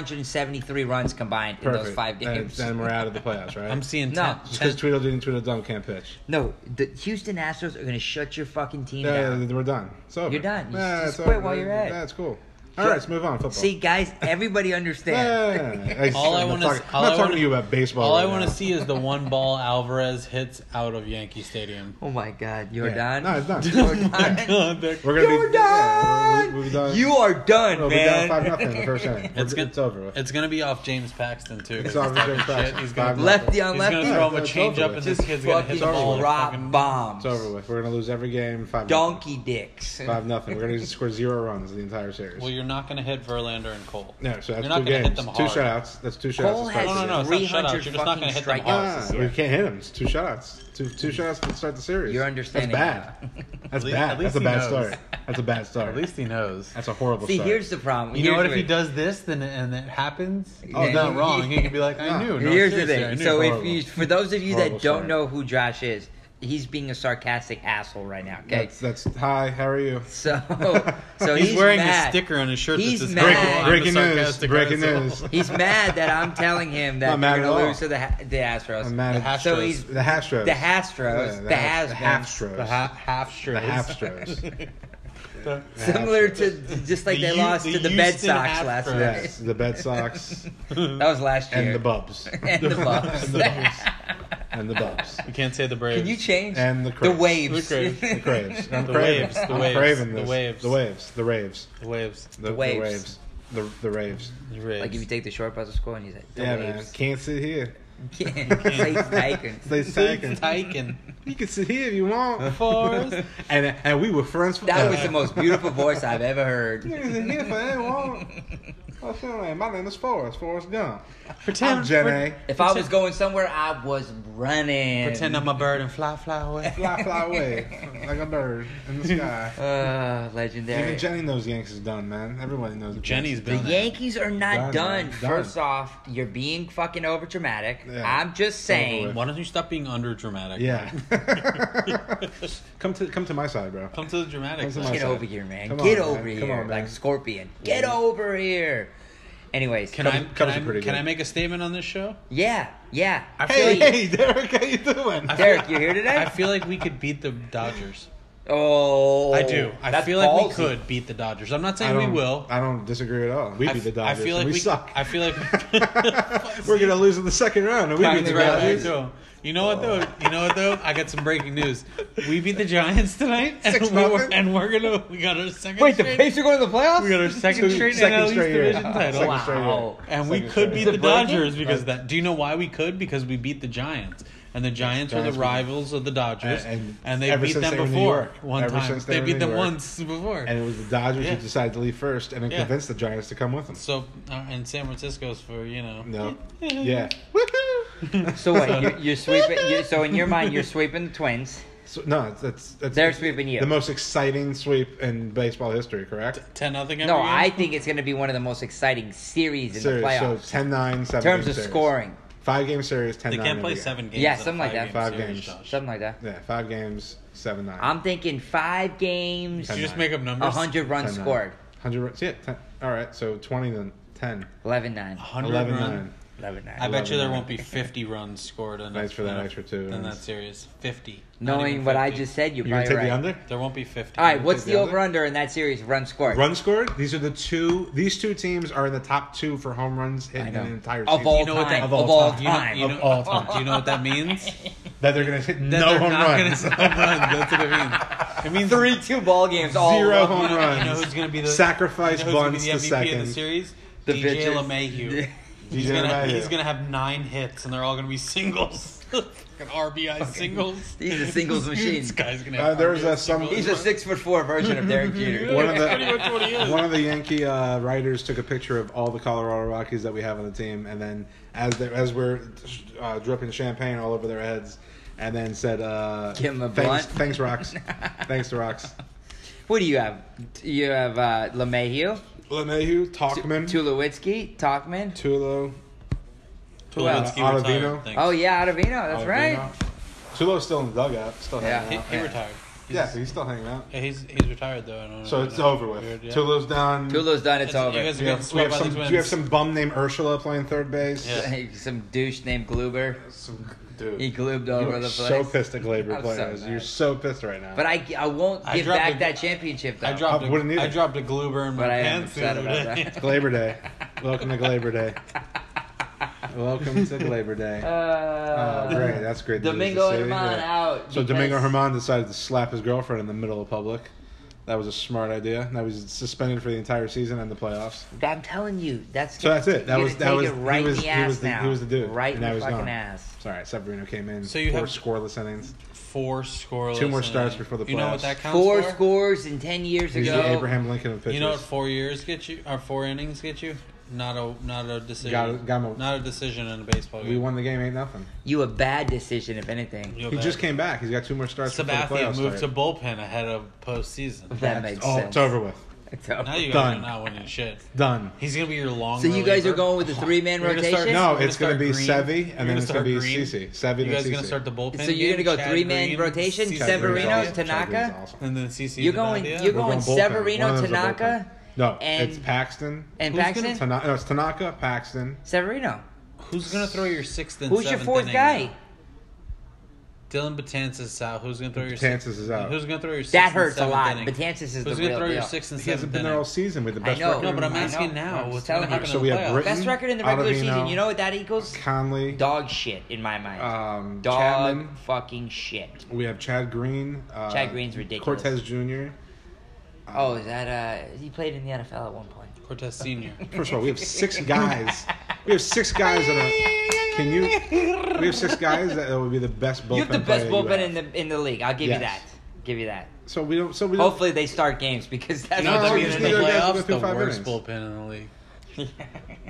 S4: 473 runs combined in those
S5: Perfect.
S4: five
S5: Then-
S4: games.
S5: Then we're out of the playoffs, right?
S6: I'm seeing
S4: No.
S6: ten,
S5: Just
S6: ten-
S5: because Tweedledee and Tweedledum can't pitch.
S4: No, the Houston Astros are going to shut your fucking team
S5: Yeah,
S4: down.
S5: we're done. It's over.
S4: You're done. You
S5: Nah,
S4: just
S5: it's
S4: quit
S5: over.
S4: while you're at it.
S5: That's cool. All right, let's move on. Football.
S4: See, guys, everybody understands.
S5: Yeah.
S6: All I
S5: I'm not
S6: wanna
S5: talking-
S6: s-
S5: I'm
S6: all I
S5: not talking
S6: wanna-
S5: to you about baseball.
S6: all I
S5: right
S6: want
S5: now.
S6: to see is the one ball Alvarez hits out of Yankee Stadium.
S4: oh my God,
S5: Yeah.
S4: you're done.
S5: No, it's done.
S6: God, they're-
S5: We're gonna
S4: You're
S5: be
S4: done.
S5: Yeah, we're, we're done.
S4: You are done,
S5: We'll be down
S4: man.
S5: five nothing in the first inning. We're-
S6: It's
S5: It's,
S6: gonna-
S5: over. With.
S6: It's gonna be off James Paxton too. 'cause
S5: It's over.
S6: he's
S5: James
S6: talking shit.
S5: Paxton.
S6: He's gonna,
S5: Five
S6: he's
S4: lefty on
S6: gonna
S4: lefty.
S6: throw him a
S5: It's over
S6: changeup,
S5: with.
S6: and this
S4: Just
S6: kid's gonna
S4: fucking
S6: hit the ball. with a
S4: drop
S6: fucking-
S4: bombs.
S5: It's over with. We're gonna lose every game. Five
S4: Donkey dicks.
S5: nothing. Five nothing. We're gonna just score zero runs the entire series.
S6: Well, you're not gonna hit Verlander and Cole.
S5: no, so that's
S6: you're not
S5: two
S6: gonna hit
S5: games.
S6: them
S5: Two
S6: hard.
S5: shutouts. That's two shutouts.
S4: Cole
S5: to start
S4: has
S5: the
S6: No, no, no, it's not
S4: 300
S6: shutouts. You're just not
S4: fucking
S6: gonna hit them all.
S4: strikeouts
S5: Ah,
S4: this
S5: we
S4: year.
S5: can't hit him. It's two shutouts. Two two shutouts to start the series.
S4: You're understanding
S5: That's bad. That's
S6: At least- at
S5: bad.
S6: least
S5: That's a
S6: he
S5: bad
S6: knows.
S5: start. That's a bad start.
S6: At least he knows.
S5: that's a horrible
S4: See,
S5: start.
S4: here's the problem.
S6: You
S4: Here's
S6: know what? If
S4: the-
S6: he does this, then and it happens, he's
S4: Yeah.
S6: not wrong. He could be like,
S5: Yeah.
S6: I knew. No,
S4: Here's the
S6: seriously, I
S4: thing.
S6: knew.
S4: So, if
S5: Horrible.
S4: you, for those of you
S5: Horrible
S4: that don't
S5: start.
S4: know who Josh is, he's being a sarcastic asshole right now. Okay.
S5: that's, that's hi. How are you?
S4: So, so
S6: he's, wearing
S4: mad.
S6: a sticker on his shirt.
S4: He's
S6: that says,
S4: mad.
S6: "Hello, I'm the
S5: Breaking news.
S6: sarcastic
S5: Breaking
S6: asshole."
S5: news.
S4: He's mad that I'm telling him that
S5: Not mad
S4: they're going
S5: at
S4: to
S5: all.
S4: lose to the, Ha- the Astros.
S5: I'm mad at
S4: So
S6: Astros.
S4: he's
S5: the Astros.
S4: the Astros,
S5: Yeah,
S4: the has
S5: the Astros.
S6: The ha- half shirt.
S5: The Astros.
S4: Similar to just like
S6: The
S4: they
S6: U-
S4: lost
S6: the
S4: to the Bed
S6: Houston
S4: Sox
S6: Astros.
S4: last year.
S5: yes, the Bed Sox
S4: That was last year.
S5: and the Bubs.
S4: And the Bucks.
S5: and the Bubs. And the Bubs.
S6: We can't say the Braves.
S4: Can you change
S5: And the
S4: the
S5: Craves.
S4: waves?
S6: The Craves.
S5: The Craves. I'm
S6: The
S5: craving-
S6: waves, the
S5: I'm
S6: waves,
S5: craving
S6: the
S5: this.
S6: waves.
S5: The waves. The raves.
S6: The waves.
S5: The, the
S4: waves.
S5: waves. The, the raves.
S6: The Braves.
S4: like if you take the short bus to school and you say the
S5: yeah, man.
S4: waves.
S5: Can't sit here.
S4: Can't say Tycoon.
S5: Stay second.
S6: Tyken.
S5: You can sit here if you want.
S6: Forrest.
S5: And and we were friends for
S4: That was the most beautiful voice I've ever heard.
S5: Niggas in here for anyone. What's your name? My name is Forrest. Forrest Gump.
S6: Pretend.
S5: I'm Jenny.
S4: If I was going somewhere, I was running.
S6: Pretend I'm a bird and fly, fly away.
S5: Fly, fly away like a bird in the sky.
S4: uh, legendary.
S5: Even Jenny knows Yanks is done, man. Everybody knows
S6: Jenny's
S4: The
S6: been there.
S4: Yankees are not done.
S5: Done, man.
S4: First
S5: Done.
S4: off, you're being fucking overdramatic.
S5: Yeah.
S4: I'm just saying.
S5: with.
S6: Why don't you stop being under dramatic?
S5: Yeah. come to come to my side, bro.
S6: Come to the dramatic.
S5: Come to
S6: side.
S4: Get over here, man.
S5: Come
S4: Get
S5: on, man.
S4: over
S5: Come
S4: here,
S5: on, man.
S4: like Scorpion. Get over here. Anyways,
S6: Can
S5: Cubs-
S6: I?
S5: Cubs
S6: Can,
S5: are
S6: I,
S5: pretty
S6: can
S5: good.
S6: I make a statement on this show?
S4: yeah, yeah. I
S5: Hey, hey, Derek, how you doing?
S4: Derek, you here
S6: I
S4: today?
S6: feel like we could beat the Dodgers.
S4: oh,
S6: I do. I
S4: that's
S6: feel like we
S4: ballsy.
S6: could beat the Dodgers. I'm not
S5: I
S6: saying we
S5: don't-
S6: will.
S5: I don't disagree at all. We
S6: I
S5: beat
S6: f-
S5: the Dodgers.
S6: I feel like
S5: we,
S6: we
S5: suck.
S6: I feel like
S5: We're gonna lose in the second round, and we beat
S6: Finally
S5: the
S6: right back
S5: Dodgers.
S6: to 'em. You know what though? You know what though? I got some breaking news. We beat the Giants tonight, and,
S5: Six
S6: we were,
S5: nothing?
S6: and we're gonna we got our second.
S4: Wait, the
S6: straight-
S4: Patriots are going to the playoffs?
S6: We got our second straight NL East
S5: year.
S6: division title.
S5: Second straight year.
S4: Wow.
S6: And we
S5: Second
S6: could
S5: straight
S6: beat
S5: year.
S6: the
S4: it breaking?
S6: Dodgers because of that. Do you know why we could? Because we beat the Giants, and the Giants were the
S5: Giants beat-
S6: rivals of the Dodgers,
S5: And-
S6: and,
S5: and
S6: they
S5: ever
S6: beat
S5: since
S6: them
S5: they were in New
S6: before
S5: York.
S6: one
S5: Ever
S6: time.
S5: since they
S6: They
S5: were
S6: beat
S5: in
S6: them
S5: New York.
S6: once before.
S5: And it was the Dodgers
S6: Yeah.
S5: who decided to leave first, and then
S6: Yeah.
S5: convinced the Giants to come with them.
S6: so uh, and San Francisco's for you know.
S5: No. Yeah.
S4: So wait, you're, you're sweeping. you so in your mind, you're sweeping the Twins.
S5: So, no, it's- that's that's
S4: They're sweeping you.
S5: The most exciting sweep in baseball history, correct?
S6: Ten nothing.
S4: No, I think it's going to be one of the most exciting series in
S5: Series,
S4: the
S5: so
S4: playoffs.
S5: it's 10 9, 7
S4: in terms
S5: game
S4: of
S5: series.
S4: scoring,
S5: Five game series, 10
S6: They
S5: 9.
S6: can't play
S5: every game.
S6: seven games.
S4: Yeah,
S6: in a
S4: something like that.
S6: five-game
S5: Five
S6: series,
S5: games.
S6: Josh.
S4: something like that.
S5: Yeah, five games, 7 9.
S4: I'm thinking five games,
S6: Did you just
S5: Nine.
S6: make up numbers?
S4: a hundred runs scored,
S5: 100 runs. Yeah, 10. All right, so 20 then 10.
S4: 11-9.
S6: 100
S5: 11
S6: run.
S5: 9.
S4: 11
S6: I bet you
S5: 11
S6: there
S5: run.
S6: won't be 50 runs scored in
S5: Thanks for that
S6: in
S5: extra two
S6: in
S5: runs.
S6: that series. 50. Not
S4: Knowing
S6: even
S4: what I
S6: 50.
S4: just said, you're
S5: You're going to
S4: probably
S5: take
S4: right.
S5: the under?
S6: There won't be 50.
S4: All right,
S5: take
S4: what's
S5: the
S4: the
S5: under?
S4: over under in that series? Run scored.
S5: Run scored? These are the two. These two teams are in the top two for home runs in
S4: I
S5: an
S4: know.
S5: entire
S4: Of
S5: season.
S4: all
S6: You know what
S4: time.
S6: that-
S4: Of
S5: of
S4: all,
S5: all
S6: Do you know,
S4: time.
S6: you know,
S5: Of all time.
S6: Do you know what that means?
S5: that they're going to hit
S6: That
S5: no
S6: they're
S5: home
S6: not
S5: runs.
S6: Gonna hit home runs. That's what it means. It means
S4: Three two ball games all
S5: Zero
S4: over.
S5: home
S6: you know, you know
S5: runs.
S6: who's going to be the
S5: Sacrifice
S6: you know who's gonna
S5: bunts
S6: be the
S5: to
S6: MVP of
S5: second.
S6: the series?
S4: The
S6: DJ
S4: pitchers.
S6: LeMahieu. He's
S5: DJ
S6: gonna,
S5: LeMahieu.
S6: he's gonna have nine hits, and they're all gonna be singles. Fucking RBI singles.
S4: he's a singles machine.
S6: This guy's gonna.
S5: Uh,
S6: Have
S5: there was
S6: RBI
S5: a- some-
S6: singles.
S4: He's a six foot four version of Derek Jeter.
S5: One of
S6: Pretty much what he
S5: the
S6: is.
S5: one of the Yankee uh, writers took a picture of all the Colorado Rockies that we have on the team, and then as they, as we're uh, dripping champagne all over their heads, and then said, uh,
S4: Give 'em a
S5: thanks,
S4: blunt."
S5: thanks, rocks, thanks to rocks."
S4: What do you have? You have uh, LeMahieu,
S5: LeMahieu, Talkman,
S4: Tulowitzki, Talkman.
S5: Tulo, uh,
S4: Who else?
S6: He retired,
S5: Ottavino.
S6: thanks.
S4: Oh yeah, Ottavino. That's right.
S5: Alvino. Tulo's still in the dugout, still hanging
S6: He,
S4: Oh,
S5: out.
S6: he retired. He's,
S5: Yeah, he's still hanging out.
S6: yeah, he's he's retired though. I don't
S5: So
S6: know.
S5: it's over with.
S6: Weird, yeah.
S5: Tulo's down.
S4: Tulo's done. It's,
S6: It's-
S4: over.
S6: you guys
S5: we have, we have some. We have some bum named Ursula playing third base.
S6: Yeah.
S4: Some douche named Gluber.
S5: Some, dude,
S4: He glubed
S5: you
S4: over
S5: are
S4: the place.
S5: Oh, so pissed at Glaber
S4: I'm
S5: playing
S4: so
S5: this.
S4: mad.
S5: You're so pissed right now.
S4: But I, I won't
S6: I
S4: give
S6: dropped
S4: back
S6: a-
S4: that championship though.
S6: I dropped.
S5: I wouldn't
S6: A,
S5: either.
S6: I dropped a Gloober in my
S4: But I am
S6: pants. the
S4: upset
S6: other
S4: about
S6: day.
S4: that.
S5: Labor Day. Welcome to Labor Day. Welcome to Labor Day.
S4: Uh,
S5: oh, great. That's great. news to
S4: Domingo
S5: see.
S4: Herman
S5: Yeah.
S4: out.
S5: So Domingo
S4: because-
S5: Herman decided to slap his girlfriend in the middle of public. That was a smart idea. Now he's suspended for the entire season and the playoffs.
S4: I'm telling you, that's
S5: So that's it. That
S4: you're
S5: was
S4: gonna
S5: that
S4: take
S5: was
S4: it right
S5: he was
S4: in the
S5: he
S4: ass
S5: was the,
S4: now.
S5: he was the dude.
S4: Right in
S5: and now
S4: the
S5: he's
S4: fucking
S5: gone.
S4: ass.
S5: Sorry, Severino came in.
S6: So you
S5: four
S6: have-
S5: scoreless innings.
S6: Four scoreless.
S5: Two more
S6: and-
S5: starts before the
S6: You know what
S5: playoffs.
S6: that counts
S4: Four
S6: for?
S4: scores in ten years
S5: He's
S4: ago.
S5: the Abraham Lincoln of pitchers.
S6: You know what four years get you, or four innings get you? Not a not a decision.
S5: Got- got him.
S6: not a decision in a baseball
S5: we
S6: game.
S5: won the game eight nothing.
S4: You a bad decision, if anything.
S6: You'll
S5: He
S6: bet.
S5: just came back. He's got two more starts before the
S6: Sabathia
S5: playoffs.
S6: moved to
S5: start.
S6: bullpen ahead of postseason.
S4: That makes
S5: oh,
S4: sense.
S5: it's over with.
S4: It's over.
S6: Now you guys
S5: Done.
S6: are not winning shit.
S5: Done.
S6: He's gonna be your long.
S4: so you guys
S6: reliever.
S4: are going with the three man
S6: We're gonna start-
S4: rotation.
S5: No,
S6: We're gonna
S5: it's going to
S6: start
S5: be Sevi,
S6: Green.
S5: and
S6: We're gonna
S5: then it's going
S6: start
S5: to be
S6: Green.
S5: Cece. Sevi
S6: You
S5: and
S6: guys
S5: Cece.
S6: gonna start the bullpen?
S4: So you're
S6: game?
S4: gonna go
S6: Chad
S4: three-man
S6: Green,
S4: rotation,
S6: CeCe
S5: Chad Green's
S4: Severino,
S6: Sabathia,
S5: awesome. Chad Green's
S4: Tanaka?
S5: awesome.
S6: and then CC.
S4: You're going-
S6: Sabathia.
S4: you're
S5: We're
S4: going
S5: bullpen.
S4: Severino,
S5: One of them's a
S4: Tanaka,
S5: bullpen. No,
S4: and-
S5: it's Paxton.
S4: and
S6: Who's
S4: Paxton
S6: gonna-
S5: Tanaka, no, it's Tanaka, Paxton.
S4: Severino.
S6: Who's gonna throw your sixth and
S4: Who's your
S6: seventh
S4: fourth
S6: inning? uh,
S4: guy?
S6: Dylan Betances is out. Who's gonna throw your sixth?
S5: Chances is out.
S6: Who's gonna throw your sixth?
S4: That
S6: and
S4: hurts a
S6: seventh
S4: lot.
S6: Inning?
S4: Betances is
S6: Who's
S4: the
S6: gonna
S4: real
S6: throw your
S4: deal.
S6: sixth and
S5: He hasn't
S6: seventh
S5: been
S6: inning?
S5: there all season with the best
S4: know.
S5: record.
S6: No, but I'm
S4: I know.
S6: asking now.
S4: I'm
S6: What's
S4: telling
S6: gonna happen
S4: you.
S5: So
S6: in
S5: we
S6: the
S5: have
S6: playoffs?
S5: Britain,
S4: Best record in the regular
S5: Ottavino,
S4: season. You know what that equals?
S5: Conley.
S4: Dog shit in my mind.
S5: Um,
S4: Dog
S5: Chapman. Um,
S4: fucking shit.
S5: We have Chad Green. Uh,
S4: Chad Green's ridiculous.
S5: Cortez Jr.
S4: Oh, is that uh? He played in the NFL at one point.
S6: Cortez Senior.
S5: First of all, we have six guys. we have six guys that are. Can you? We have six guys that would be the best bullpen.
S4: you have the best
S5: player you
S4: bullpen
S5: have.
S4: in the in the league. I'll give
S5: Yes.
S4: you that. Give you that.
S5: So we don't. So we don't.
S4: Hopefully they start games because that's
S6: You know
S5: No,
S6: what
S4: what
S5: no, we
S6: they're
S4: they're
S6: gonna
S5: just
S6: do in
S5: need
S6: the
S5: our guys to
S6: playoffs?
S5: go through
S6: The
S5: five innings.
S6: worst bullpen in the league.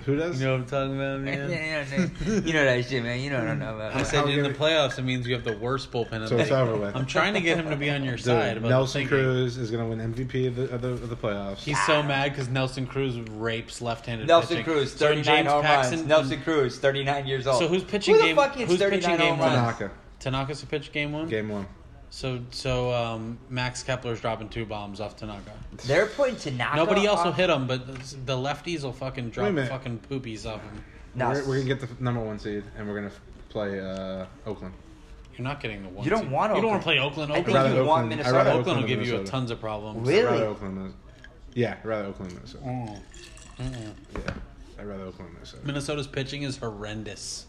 S5: Who does?
S6: You know what I'm talking about, man?
S4: you know that shit, man. You know what I know
S6: I
S4: about.
S6: said
S5: How
S6: in the
S5: good-
S6: playoffs, it means you have the worst bullpen in the
S5: So it's
S6: league.
S5: over with.
S6: I'm trying to get him to be on your
S5: Dude,
S6: side. About
S5: Nelson
S6: thinking.
S5: Cruz is going to win MVP of the of the, of the playoffs.
S6: He's so mad because Nelson Cruz rapes left-handed.
S4: Nelson
S6: pitching.
S4: Cruz,
S6: So when
S4: 39 home runs.
S6: Paxton-
S4: Nelson Cruz, 39 years old.
S6: So who's pitching
S4: Who the
S6: game-
S4: fuck hits
S6: who's
S4: 39
S6: pitching game
S4: home
S6: one?
S4: runs?
S5: Tanaka,
S6: Tanaka's a pitch game one.
S5: game one.
S6: So so um, Max Kepler's dropping two bombs off Tanaka.
S4: They're putting Tanaka.
S6: Nobody else will
S4: off-
S6: hit him, but the lefties will fucking
S5: Wait a
S6: drop
S5: minute.
S6: fucking poopies off him.
S4: No,
S5: We're, we're going to get the f- number one seed, and we're going to play uh, Oakland.
S6: You're not getting the one.
S4: You don't
S6: seed.
S4: want
S6: You don't want to play
S4: Oakland.
S6: Oakland.
S4: I
S6: Oakland,
S4: think
S5: rather
S4: you want
S5: Oakland- I'd
S4: Minnesota.
S5: rather
S6: Oakland,
S5: Oakland
S6: will give
S5: than
S6: you a
S5: Minnesota.
S6: tons of problems.
S4: Really?
S5: I'd rather Oakland. Than, yeah, I'd rather Oakland. than Minnesota.
S4: Oh.
S6: Mm.
S5: Yeah, I'd rather Oakland. than Minnesota.
S6: Minnesota's pitching is horrendous.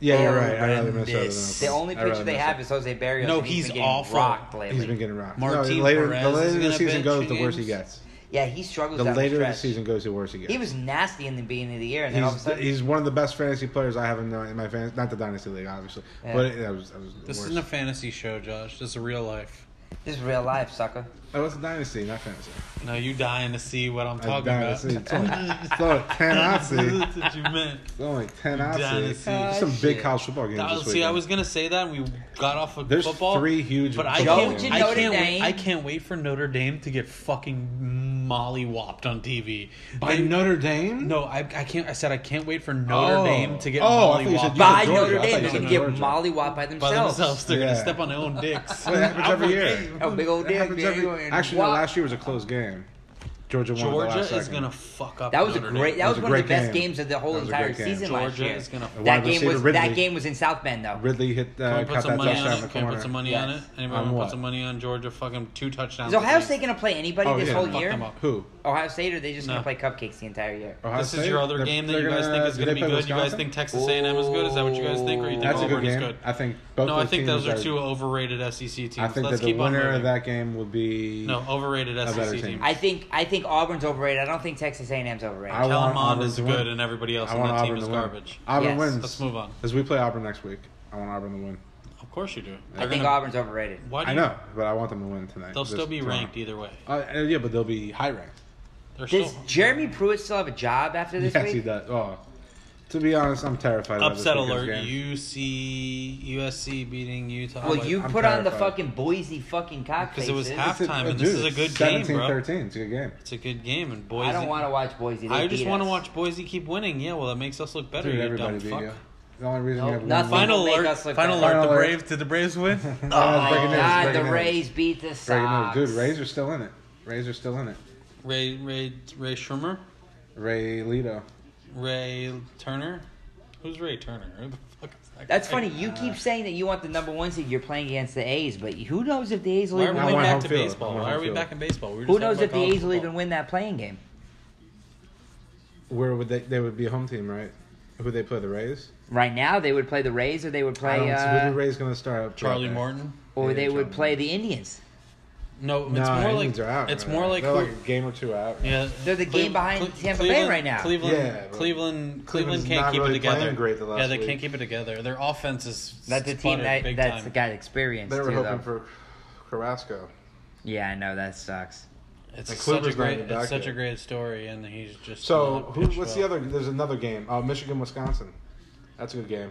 S5: Yeah, you're right. I'd rather
S6: Horrendous.
S5: Minnesota than
S4: The
S5: Oakland.
S4: only
S5: I'd rather
S4: pitcher they have is Jose Barrios.
S6: No,
S4: and
S6: he's
S4: been getting
S6: awful.
S4: rocked
S5: Minnesota. He's
S4: lately.
S5: been getting rocked.
S6: Martin
S5: the later,
S6: Perez
S5: the
S6: is
S5: later the
S6: gonna
S5: season
S6: bench
S5: goes, the
S6: games.
S5: worse he gets.
S4: Yeah, he struggles.
S5: The
S4: down
S5: later the
S4: stretch.
S5: season goes, the worse he gets.
S4: he was nasty in the beginning of the year, and then all of a
S5: He's,
S4: sudden,
S5: he's one of the best fantasy players I have in my, in my fantasy, not the dynasty league, obviously,
S4: Yeah.
S5: but it, that was, that was the
S6: This
S5: worst.
S6: isn't a fantasy show, Josh. This is real life.
S4: this is real life, sucker.
S5: oh, it's dynasty, not fantasy.
S6: No, you dying to see what I'm
S5: It's
S6: talking about.
S5: dynasty. It's only, it's only ten
S6: That's
S5: Otsi.
S6: what you meant.
S5: It's only ten Otsi.
S6: Dynasty.
S5: There's Some big
S4: Shit.
S5: college football games
S6: That
S5: this
S6: was-
S5: weekend.
S6: Uh, see, I was gonna say that, and we got off of
S5: There's
S6: football.
S5: three huge
S6: but I
S5: football
S6: can't,
S4: games.
S6: I,
S4: Georgia,
S6: can't
S4: Notre
S6: wait,
S4: Dame.
S6: I can't wait for Notre Dame to get fucking mollywopped on TV.
S5: by
S6: They-
S5: Notre Dame.
S6: no, I, I can't. I said I can't wait for Notre
S5: Oh.
S6: Dame to get
S5: Oh, I thought you said
S6: mollywopped
S5: you
S4: By
S5: Georgia. I
S4: Notre
S5: thought
S4: Dame,
S5: you
S4: they
S5: said
S4: can get
S5: Georgia.
S4: mollywop by
S6: by
S4: themselves.
S6: themselves. They're
S5: Yeah.
S6: gonna step on their own dicks.
S5: That happens every year.
S4: A big old
S5: That
S4: dick.
S5: happens
S4: man.
S5: every-
S4: You going-
S5: Actually, no,
S4: Wop.
S5: last year was a close game. Georgia won at the
S6: Georgia
S5: last
S6: is
S5: second.
S6: going to fuck up.
S4: That was a
S6: Notre
S4: great.
S6: Dame.
S4: That was,
S5: was a
S4: one of the
S5: great
S4: best
S5: game.
S4: games of the whole
S5: That was a
S8: entire
S5: great game.
S4: season last
S6: Georgia
S4: year.
S6: is gonna.
S5: Wide
S4: That game
S5: receiver
S4: was
S5: Ridley.
S4: that game was in South Bend though.
S5: Ridley hit
S6: Can
S5: uh,
S6: we
S5: caught
S6: put
S5: that
S6: some money on
S5: touchdown in the
S6: it? Can we
S5: corner.
S6: put some money on it? Anyone
S5: On
S6: want to
S5: what?
S6: put some money on Georgia? Fucking two touchdowns.
S4: Is Ohio
S6: at least.
S4: State gonna play anybody
S5: Oh,
S4: this
S5: yeah.
S4: whole
S6: Fuck them
S4: year?
S6: up.
S5: Who?
S4: Ohio State or they just
S6: No.
S4: gonna play cupcakes the entire year?
S5: Ohio
S6: This is
S5: State?
S6: your other
S5: They're-
S6: game that
S5: they're
S6: you guys
S5: gonna-
S6: think
S5: do
S6: is going to
S5: they
S6: be
S5: play
S6: good. You guys
S5: Wisconsin?
S6: think Texas A&M is good? Is that what you guys think, or you think
S5: That's a
S6: Auburn
S5: good
S6: is
S5: game.
S6: good?
S5: I think both
S6: no, I
S5: those
S6: think
S5: teams
S6: those are two
S5: I
S6: overrated SEC teams.
S5: think
S6: Let's
S5: that the
S6: keep on
S5: winner
S6: moving.
S5: of that game would be
S6: no, overrated E
S5: better
S6: SEC
S5: team.
S6: teams.
S4: I think I think Auburn's overrated. I don't think Texas A&M's overrated.
S5: I
S6: Cal
S5: want
S6: Mond
S5: Auburn
S6: is
S5: to win.
S6: good, and everybody else
S5: I
S6: on
S5: want
S6: that team
S5: Auburn
S6: is
S5: to win.
S6: garbage.
S5: Auburn
S4: Yes.
S5: wins.
S6: Let's move on.
S5: As we play Auburn next week, I want Auburn to win.
S6: Of course you do.
S4: I
S6: They're
S4: think
S6: gonna-
S4: Auburn's overrated.
S6: Why do
S5: I
S6: you-
S5: know, but I want them to win tonight.
S6: They'll
S5: This-
S6: still be
S5: tomorrow.
S6: ranked either way.
S5: Uh, uh, yeah, but they'll be high ranked.
S6: They're still
S4: Does Jeremy Pruitt still have a job after this
S5: yes, he
S4: week?
S5: does. Oh, to be honest, I'm terrified. about this
S6: upset
S5: weekend's
S6: alert.
S5: game.
S6: UC USC beating Utah.
S4: Well,
S6: by-
S4: you
S5: I'm
S4: put on the
S5: terrified.
S4: fucking Boise fucking cockfaces.
S6: Because it was
S5: It's a-
S6: halftime,
S5: oh,
S6: and this
S5: dude,
S6: is a
S5: it's
S6: good game, bro.
S5: 17-13. It's a good game.
S6: It's a good game, and Boise.
S4: I don't want to watch Boise. They
S6: I just
S4: want to
S6: watch Boise keep winning. Yeah, well, that makes us look better.
S5: Dude,
S6: you
S5: everybody
S6: dumb
S5: beat
S6: fuck.
S5: you. The only reason
S4: Nope,
S5: you have one
S4: nothing.
S5: win-
S6: Final
S4: Make
S6: alert!
S4: us look
S6: Final
S4: better.
S6: alert! The
S5: Final alert.
S6: Braves. Did the Braves win?
S5: Oh, it's breaking news, it's
S4: God, the
S5: breaking news.
S4: Rays beat the
S5: Breaking news.
S4: Sox.
S5: Dude, Rays are still in it. Rays are still in it.
S6: Ray Ray Ray Shermer,
S5: Ray Lito.
S6: Ray Turner. Who's Ray Turner? Who the fuck is that
S4: That's
S6: guy?
S4: funny. You keep saying that you want the number one seed. You're playing against the A's, but who knows if the A's will
S6: Why are
S4: even
S6: we
S5: I
S4: win
S5: want
S6: back
S5: home
S4: that?
S6: to
S5: field.
S6: baseball?
S5: I want
S6: Why are
S5: home
S6: we
S5: field.
S6: back in baseball? We were
S4: Who
S6: just
S4: knows
S6: talking
S4: if the
S6: about
S4: A's will
S6: college
S4: even win that playing game?
S5: Where would they? They would be home team, right? Who they play? The Rays.
S4: Right now, they would play the Rays, or they would
S5: I
S4: play,
S5: don't- so who the
S4: uh,
S5: Rays going to start up?
S6: football. Charlie
S5: there?
S6: Morton.
S4: or
S5: Yeah,
S4: they would
S5: Charlie.
S4: play the Indians.
S6: No, it's
S5: Nah,
S6: more
S5: Indians
S6: like
S5: are out
S6: it's
S5: right
S6: more
S5: now.
S6: like
S5: they're
S6: who-
S5: like a game or two out.
S6: Yeah,
S4: They're the game behind Tampa Bay
S6: Cleveland-
S4: right now.
S6: Cleveland,
S5: Yeah, but
S6: Cleveland, Cleveland
S5: Cleveland's
S6: can't
S5: not
S6: keep it
S5: really
S6: together.
S5: playing great the last
S6: yeah, they
S5: week.
S6: can't keep it together. Their offense is
S4: That's a team
S6: sputtered
S4: that
S6: big
S4: that's
S6: time.
S4: got experience
S5: They were
S4: too,
S5: hoping
S4: though.
S5: for Carrasco.
S4: Yeah, I know that sucks.
S6: It's
S5: and
S6: such a
S5: Kluber's not
S6: great,
S5: even back
S6: it's such a
S5: yet.
S6: great story, and he's just
S5: So
S6: not
S5: who?
S6: pitched
S5: What's the
S6: well.
S5: other? There's another game. Oh, Michigan, Wisconsin. That's a good game.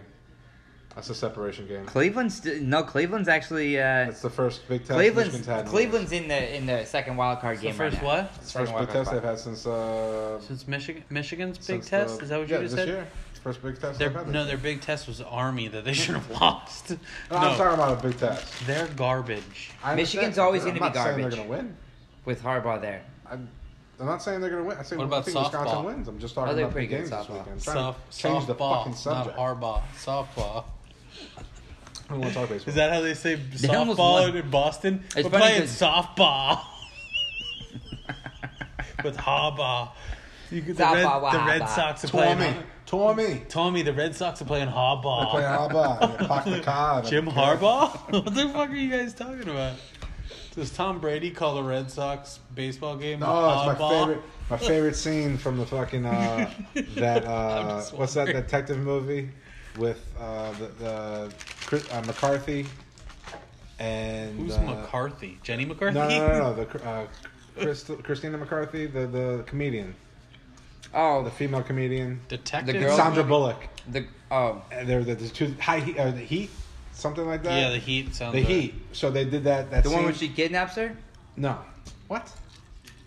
S5: That's a separation game.
S4: Cleveland's st- no, Cleveland's actually uh,
S5: That's the first big test
S4: Cleveland's
S5: Michigan's had. in years.
S4: Cleveland's in the in the second wild card
S6: The
S4: game
S6: first
S4: right now.
S6: what?
S5: It's the
S4: Second
S5: first big
S4: wild
S5: test
S4: card
S5: they've
S4: spot.
S5: had since. Uh,
S6: Since Michigan, Michigan's big
S5: since
S6: test.
S5: the-
S6: Is that what
S5: yeah,
S6: you just
S5: this
S6: said?
S5: Year. First big test.
S6: Their,
S5: they've had
S6: no,
S5: this
S6: their
S5: year.
S6: big test was Army that they should have lost.
S5: No, Oh, I'm talking about a big test.
S6: they're garbage.
S5: I understand.
S4: Michigan's always
S5: I'm
S4: gonna
S5: not
S4: be
S5: saying
S4: garbage.
S5: They're going to win.
S4: with Harbaugh there.
S5: I'm, I'm not saying they're going to win. I think,
S6: What about
S5: I think
S6: softball?
S5: Wisconsin wins. I'm just talking
S4: Oh, they're
S5: about
S4: pretty
S5: big games
S4: good
S5: this
S4: softball.
S5: weekend. I'm trying
S6: Soft,
S5: to change the fucking
S6: softball, not
S5: subject.
S6: Harbaugh. Softball.
S5: I don't want to talk baseball.
S6: Is that how they say
S4: almost
S6: softball
S4: won.
S6: in Boston?
S4: It's
S6: We're
S4: funny
S6: playing
S4: 'cause-
S6: softball with Harbaugh. You could, the,
S4: Softball
S6: Red,
S4: with
S6: the Red
S4: Harbaugh.
S6: Sox are
S5: Tommy?
S6: playing.
S5: Tommy.
S6: Tommy, the Red Sox are playing
S5: Play
S6: Harbaugh.
S5: Harbaugh. Pack the car.
S6: Jim Harbaugh. what the fuck are you guys talking about? Does Tom Brady call the Red Sox baseball game?
S5: Oh, it's my
S6: Harbaugh?
S5: favorite. My favorite scene from the fucking uh, that
S6: I'm
S5: uh,
S6: just
S5: what's that
S6: wondering.
S5: detective movie with uh, the, the Chris, uh, McCarthy and
S6: Who's
S5: uh,
S6: McCarthy? Jenny McCarthy?
S5: No, no, no, no. The uh, Christ, Christina McCarthy, the the comedian,
S4: Oh,
S5: the female comedian,
S6: Detective.
S4: The girl-
S5: Sandra Bullock.
S4: the, the oh
S5: And they're the, the two high heat, uh, the heat, something like that.
S6: Yeah, the Heat. Sounds
S5: the
S6: right.
S5: heat. So they did that. That
S4: the one
S5: scene-
S4: where she kidnaps her.
S5: no, what?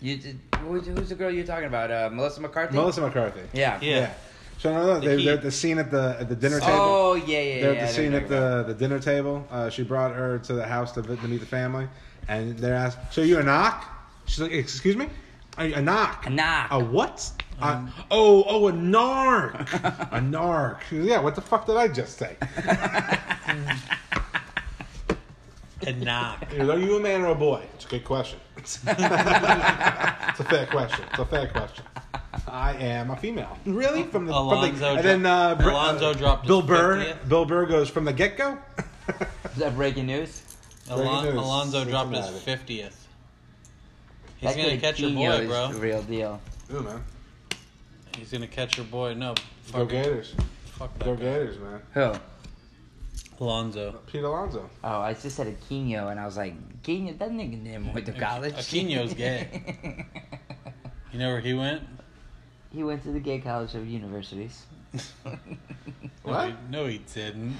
S4: You did, who's, who's the girl you're talking about? Uh, Melissa McCarthy.
S5: Melissa McCarthy.
S4: Yeah.
S6: Yeah.
S5: So no, no,
S6: The
S5: they,
S6: Heat.
S5: they're at the scene at the at the dinner table.
S4: Oh yeah, yeah,
S5: They're
S4: yeah. yeah,
S5: at
S4: I
S5: the
S4: know
S5: scene
S4: what
S5: at
S4: you're talking
S5: the, the dinner table. Uh, she brought her to the house to, vi- to meet the family, and they're asked, "So you a knock?" She's like, "Excuse me, a, a knock,
S4: A knock.
S5: a what?" a, oh, oh, a narc, a narc. She goes, yeah, what the fuck did I just say?
S6: And knock.
S5: She goes, Are you a man or a boy? It's a good question. it's a fair question. It's a fair question. I am a female. Really? From the, from the
S6: Alonzo
S5: and then uh,
S6: dro-
S5: Br-
S6: Alonzo dropped his
S5: Bill Burr.
S6: 50th.
S5: Bill Burr goes from the get go.
S4: about. Is that breaking news?
S6: Alon-
S5: Breaking news,
S6: Alonzo dropped his
S5: Cincinnati.
S6: fiftieth. He's
S4: That
S6: gonna
S4: kid
S6: catch your
S4: Quino
S6: boy,
S4: is The
S6: bro.
S4: real deal.
S5: Ooh man,
S6: He's gonna catch your boy. No,
S5: go
S6: fuck,
S5: Gators.
S6: fuck
S5: Go
S6: that guy.
S5: Gators, man.
S4: Who? Oh,
S6: Alonzo.
S5: Pete Alonso.
S4: I just said Aquino, and I was like, Aquino. That nigga didn't went to college.
S6: Aquino's
S4: gay.
S6: You know where he went?
S4: he went to the gay college of universities.
S5: What?
S6: No, he, no, he didn't.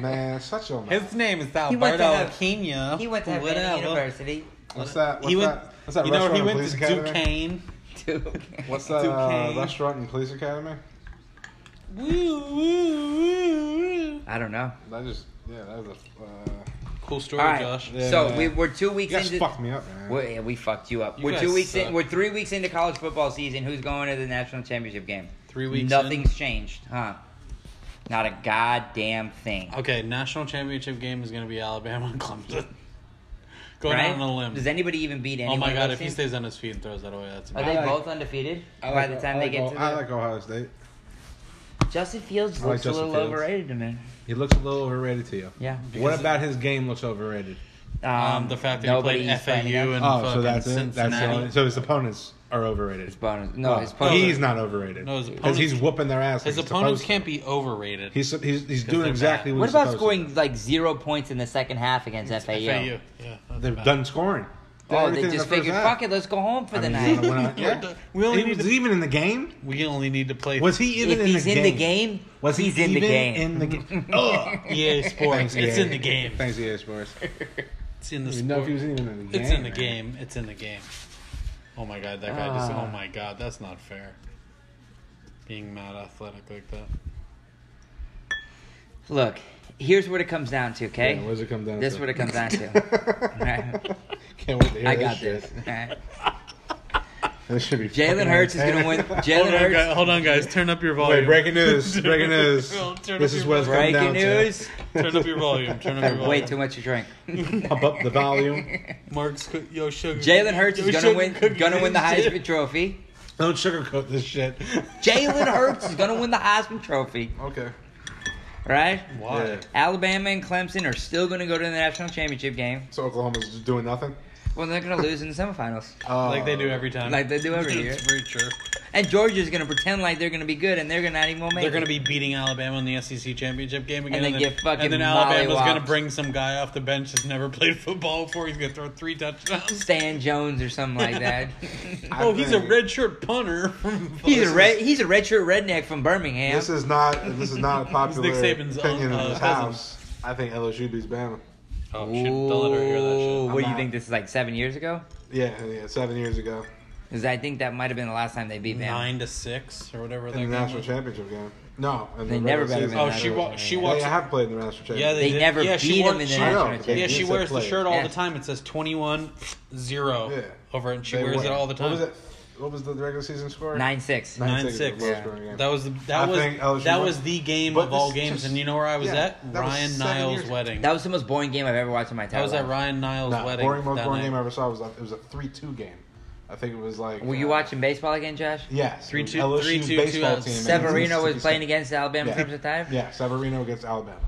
S5: Man, such a
S6: His name is
S4: He went to
S6: Alberto
S4: have-
S6: Aquino.
S4: He went to Havana University.
S5: What's that? What's
S6: he went.
S5: that? What's that
S6: you know where he
S5: restaurant in
S6: went
S5: Police
S6: to
S5: Academy?
S6: Duquesne.
S4: Too.
S5: What's that uh,
S6: Duquesne.
S5: restaurant in Police Academy?
S6: Woo, woo, woo.
S4: I don't know.
S5: That just yeah, that was a uh,
S6: cool story,
S4: All right.
S6: Josh.
S5: Yeah.
S4: So we, we're two weeks
S5: You guys
S4: into.
S5: fucked me up, man.
S4: We're, yeah, we fucked you up.
S6: You
S4: we're
S6: guys
S4: two weeks
S6: suck.
S4: in. We're three weeks into college football season. Who's going to the national championship game?
S6: Three weeks
S4: Nothing's changed, huh? Not a goddamn thing.
S6: Okay, national championship game is going to be Alabama and Clemson. Going
S4: right?
S6: out on a limb.
S4: Does anybody even beat
S6: oh
S4: anyone?
S6: my
S4: of
S6: god,
S4: those
S6: if he
S4: teams?
S6: stays on his feet and throws that away, that's
S4: Are
S6: a
S4: they
S5: I like-
S4: both undefeated
S5: I
S4: by
S5: like-
S4: the time
S5: I
S4: they
S5: like
S4: get
S5: O-
S4: to the,
S5: I like Ohio State.
S4: Justin Fields
S5: I like
S4: looks a
S5: Justin
S4: little
S5: Fields.
S4: overrated to me.
S5: He looks a little overrated to you.
S4: Yeah.
S5: What about his game looks overrated?
S4: Um,
S6: um, the fact that he played
S4: nobody's
S6: FAU
S4: finding out.
S6: and
S5: Oh, so
S6: fucking
S5: that's it. That's the
S6: Cincinnati.
S5: only, so his opponents are overrated.
S4: Bonus- No,
S5: Well,
S4: his opponent-
S5: he's not overrated.
S6: No, his
S5: because he's
S6: opponents-
S5: whooping their ass.
S6: his
S5: like he's
S6: opponents
S5: supposed to.
S6: can't be overrated.
S5: He's he's, he's
S6: they're
S5: doing exactly
S6: bad.
S5: what.
S4: What
S5: he's
S4: about
S5: supposed
S4: scoring
S5: To.
S4: like zero points in the second half against FAU?
S6: FAU. Yeah, that's
S5: They're
S6: bad.
S5: done scoring. Did
S4: Oh,
S5: everything
S4: they
S5: in the
S4: just
S5: first
S4: figured,
S5: half.
S4: fuck it, let's go home for
S5: I
S4: the
S5: mean,
S4: night.
S5: when I- yeah.
S6: We only
S5: he
S6: need
S5: was
S6: to-
S5: even in the game.
S6: We only need to play.
S5: Was he even
S4: If
S5: in
S4: he's
S5: the
S4: in
S5: game?
S4: the game,
S5: was
S4: he's
S5: he
S4: in the
S5: even
S4: game.
S5: In the game. Ugh.
S6: EA E Sports? it's
S5: EA.
S6: in the game.
S5: Thanks, EA Sports.
S6: It's in the
S5: E You know if
S6: sport.
S5: he was even in the game.
S6: It's in the
S5: man.
S6: game. It's in the game. Oh my god, that guy just.
S4: Ah.
S6: Oh my god, that's not fair. Being mad athletic like that.
S4: Look, here's what it comes down to, okay?
S5: Yeah, what does it come down
S4: This
S5: to?
S4: what it comes down to. Alright.
S5: Can't wait to hear
S4: I got
S5: shit.
S4: this. Alright.
S5: This should be.
S4: Jalen
S5: fucking
S4: Hurts is
S5: entertaining.
S4: gonna win.
S6: Hold
S4: Jalen
S6: on,
S4: Hurts.
S6: guys, hold on, guys. Turn up your volume.
S5: Wait, breaking news. Breaking news.
S6: Well, turn
S5: this
S6: up
S5: is
S6: your
S5: what it's come
S4: Breaking
S5: down
S4: news.
S6: Turn up your volume. Turn up your volume.
S4: Way too much to drink.
S5: to. Pump up the volume.
S6: Mark's co- yo sugar.
S4: Jalen Hurts
S6: Yo,
S4: is gonna
S6: sugar
S4: win.
S6: cookie
S4: Gonna win the
S6: and shit.
S4: Heisman Trophy.
S5: Don't sugarcoat this shit.
S4: Jalen Hurts is gonna win the Heisman Trophy.
S5: Okay.
S4: Right?
S6: Why?
S5: Yeah.
S4: Alabama and Clemson are still gonna go to the national championship game.
S5: So Oklahoma's just doing nothing.
S4: Well, they're gonna lose in the semifinals,
S5: Uh,
S6: Like they do every time.
S4: like they do every year.
S6: It's very true.
S4: And Georgia's gonna pretend like they're gonna be good, and they're gonna not even gonna make.
S6: They're
S4: it.
S6: going to be beating Alabama in the SEC championship game again,
S4: And they
S6: then,
S4: get fucking
S6: and then Alabama's
S4: mollywopped.
S6: going to bring some guy off the bench who's never played football before. He's going to throw three touchdowns.
S4: Stan Jones or something like that.
S6: oh, he's a
S5: think-
S6: redshirt punter. From
S4: he's a red. He's a redshirt redneck from Birmingham.
S5: This is not. This is not a popular
S6: Nick Saban's
S5: opinion
S6: own,
S5: in
S6: uh,
S5: this
S6: cousin.
S5: house. I think LSU beats Bama.
S6: Oh shit! Don't let her hear
S4: Ooh, What
S6: that
S4: do you
S5: not-
S4: think? This is like seven years ago.
S5: Yeah, yeah, seven years ago
S4: Because I think that might have been the last time they beat
S6: shit.
S4: Bama.
S6: Nine to six or whatever.
S5: in the
S6: that game
S5: national
S6: was.
S5: championship game. No, in
S4: They
S5: the
S4: never
S5: regular
S4: better
S5: season.
S4: than
S6: Oh, she wa- she
S5: Well,
S6: walks.
S5: they have played in the national championship.
S6: Yeah, they,
S4: They
S6: did.
S4: never
S6: yeah, she
S4: beat
S6: wore-
S4: him in the
S6: she-
S4: national
S5: I know.
S4: championship.
S6: Yeah, she
S5: They
S6: wears the
S5: played.
S6: shirt all
S4: Yeah.
S6: the time. It says 21 0
S5: Yeah.
S6: over it, and she
S5: They
S6: wears
S5: won.
S6: it all the time.
S5: What was it? What was the regular season score?
S4: Nine six.
S5: Nine,
S6: Nine,
S5: six.
S6: six.
S5: Low
S6: Yeah.
S5: scoring game.
S6: That was the, that
S5: I think
S6: was
S5: LSU
S6: that
S5: won.
S6: was the game
S5: But
S6: of all
S5: this
S6: games,
S5: just-
S6: and you know where I was
S5: yeah,
S6: at?
S5: that was
S6: Ryan
S5: seven
S6: Niles'
S5: years ago.
S6: wedding.
S4: That was the most boring game I've ever watched in my entire
S6: That was
S4: life.
S6: at Ryan Niles'
S5: No,
S6: wedding.
S5: boring, most
S6: that
S5: boring
S6: night.
S5: game I ever saw was a, it was a three-two game. I think it was like.
S4: Were you
S5: uh,
S4: watching baseball again, Josh?
S5: Yes,
S6: Three
S5: it was
S6: two-
S5: LSU
S6: three two-
S5: baseball
S6: two-
S5: team. and
S4: Severino
S5: Mississippi
S4: was playing
S5: State.
S4: against Alabama
S5: Yeah.
S4: Crimson Tide.
S5: Yeah, Severino against Alabama.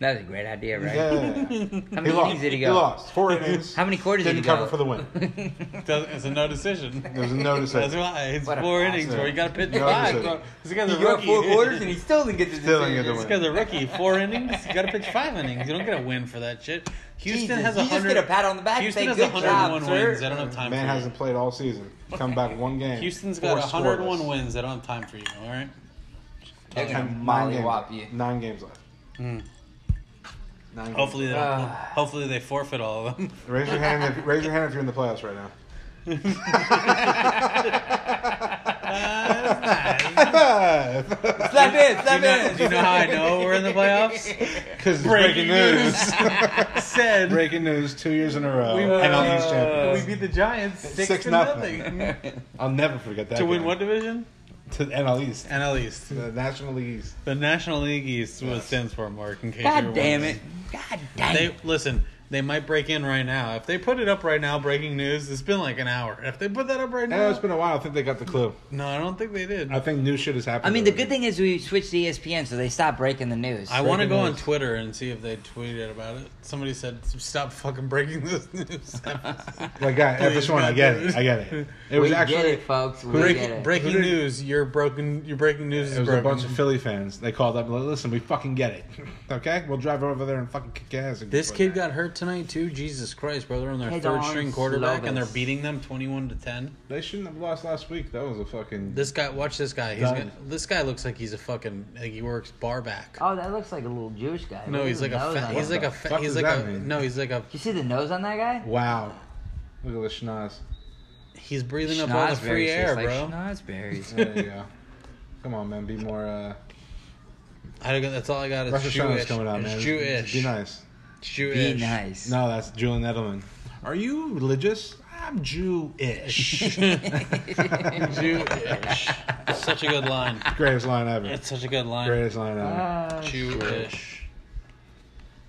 S4: That was a great idea, right?
S5: Yeah, yeah, yeah.
S4: How
S5: he
S4: many
S5: lost.
S4: innings did he
S5: He
S4: go?
S5: lost four innings.
S4: How many quarters
S5: Didn't
S4: did he
S5: cover
S4: go?
S5: for the win.
S6: Doesn't- It's a no decision.
S5: There was no decision.
S6: That's why it's
S4: What a
S6: four
S4: bastard.
S6: innings, bro. You got to pitch
S5: No
S6: five,
S5: decision.
S6: bro. This guy's a
S4: He got
S6: rookie.
S4: four quarters and he still didn't get the
S5: Still didn't get the
S4: decision.
S5: win.
S6: This guy's a rookie. Four innings. You got to pitch five innings. You don't get a win for that shit. Houston
S4: Jesus,
S6: has
S4: you
S6: a
S4: just
S6: hundred.
S4: get a pat on the back and
S6: Houston
S4: say,
S6: has
S4: "Good
S6: 101
S4: job, sir."
S6: wins. I don't have time.
S5: Man
S6: for
S5: hasn't played all season. Come back one game.
S6: you. Houston's
S5: Four
S6: got 101
S5: scoreless.
S6: wins. I don't have time for you. All right.
S4: They're gonna
S5: Ten- Nine games,
S4: mollywop
S5: left.
S4: you.
S5: nine games left. Nine games
S6: Hmm. Hopefully they don't,
S4: Ah.
S6: hopefully they forfeit all of them.
S5: left. Raise your hand. If, raise your hand if you're in the playoffs right now.
S4: Slap in, slap
S6: Do you know-
S4: in.
S6: do you know how I know we're in the playoffs?
S5: Because it's
S6: Breaking
S5: breaking news.
S6: Said
S5: breaking news. Two years in a row.
S6: we,
S5: and on
S6: uh,
S5: East champions.
S6: we beat the Giants six,
S5: Six
S6: to
S5: nothing.
S6: nothing,
S5: I'll never forget that.
S6: to win
S5: game.
S6: what division?
S5: To the NL East.
S6: NL East.
S5: The National League East.
S6: The National League East was stands for Mark. In case you were
S4: God damn
S6: wondering.
S4: it. God damn
S6: They
S4: it.
S6: listen. They might break in right now. If they put it up right now, breaking news. It's been like an hour. If they put that up right
S5: Yeah,
S6: now,
S5: it's been a while. I think they got the clue.
S6: no, I don't think they did.
S5: I think new shit has happened.
S4: I mean, the
S5: already.
S4: good thing is we switched to E ESPN, so they stopped breaking the news.
S6: I want to
S5: breaking
S6: go on
S5: news.
S6: Twitter and see if they tweeted about it. Somebody said, "Stop fucking breaking this news."
S5: Like, guy,
S6: Please,
S5: this one, I get
S6: God.
S5: it. I get it. It was
S4: we get
S5: actually
S4: it, folks. We get
S6: Break,
S4: it.
S6: breaking news. You're broken. You're breaking news. is
S5: It was
S6: broken.
S5: a bunch of Philly fans. They called up. and like, Listen, we fucking get it. Okay, we'll drive over there and fucking kick your ass. and
S6: This
S5: put
S6: kid
S5: that.
S6: got hurt tonight too. Jesus Christ, brother! On their
S4: Hey,
S6: third
S4: Don
S6: string quarterback, and they're
S4: Slovis.
S6: beating them twenty-one to ten.
S5: They shouldn't have lost last week. That was a fucking.
S6: This guy, watch this guy. He's
S5: Done.
S6: got, this guy looks like he's a fucking. Like he works bar back.
S4: Oh, that looks like a little Jewish guy.
S6: no,
S4: Look
S6: he's
S4: at
S6: like
S4: the
S6: a.
S4: nose
S6: Fa-
S4: on
S6: he's
S4: him.
S6: like a.
S5: fuck
S6: Fa- he's
S5: does
S6: like
S5: that
S6: a.
S5: mean?
S6: No, he's like a.
S4: You see the nose on that guy?
S5: wow. Look at the schnoz.
S6: He's breathing up all the free air, bro.
S5: There you go. Come on, man. Be more. uh
S6: I don't, that's all I got. Is
S5: Rosh Hashanah's
S6: Jewish.
S5: coming out,
S6: It's
S5: man.
S6: Jewish.
S5: Be nice.
S4: Be
S6: Jewish.
S4: nice.
S5: No, that's Julian Edelman. Are you religious? I'm Jewish.
S6: Jewish. Such a good line.
S5: Greatest line ever.
S6: It's Uh, such a good line.
S5: Greatest line ever.
S6: Jewish.
S4: Uh,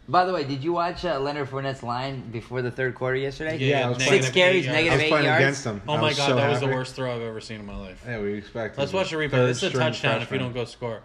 S4: By the way, did you watch uh, Leonard Fournette's line before the third quarter yesterday?
S5: Yeah, I was
S6: negative
S5: Six
S4: carries,
S6: eight
S5: I was
S6: yards.
S4: Negative eight
S5: playing
S4: yards?
S5: against him.
S6: Oh
S5: I
S6: my
S5: was
S6: god,
S5: so
S6: that was the
S5: happy.
S6: worst throw I've ever seen in my life.
S5: Yeah, we expected.
S6: Let's watch the replay.
S5: Third
S6: This is a
S5: string
S6: touchdown if you
S5: freshman.
S6: don't go score.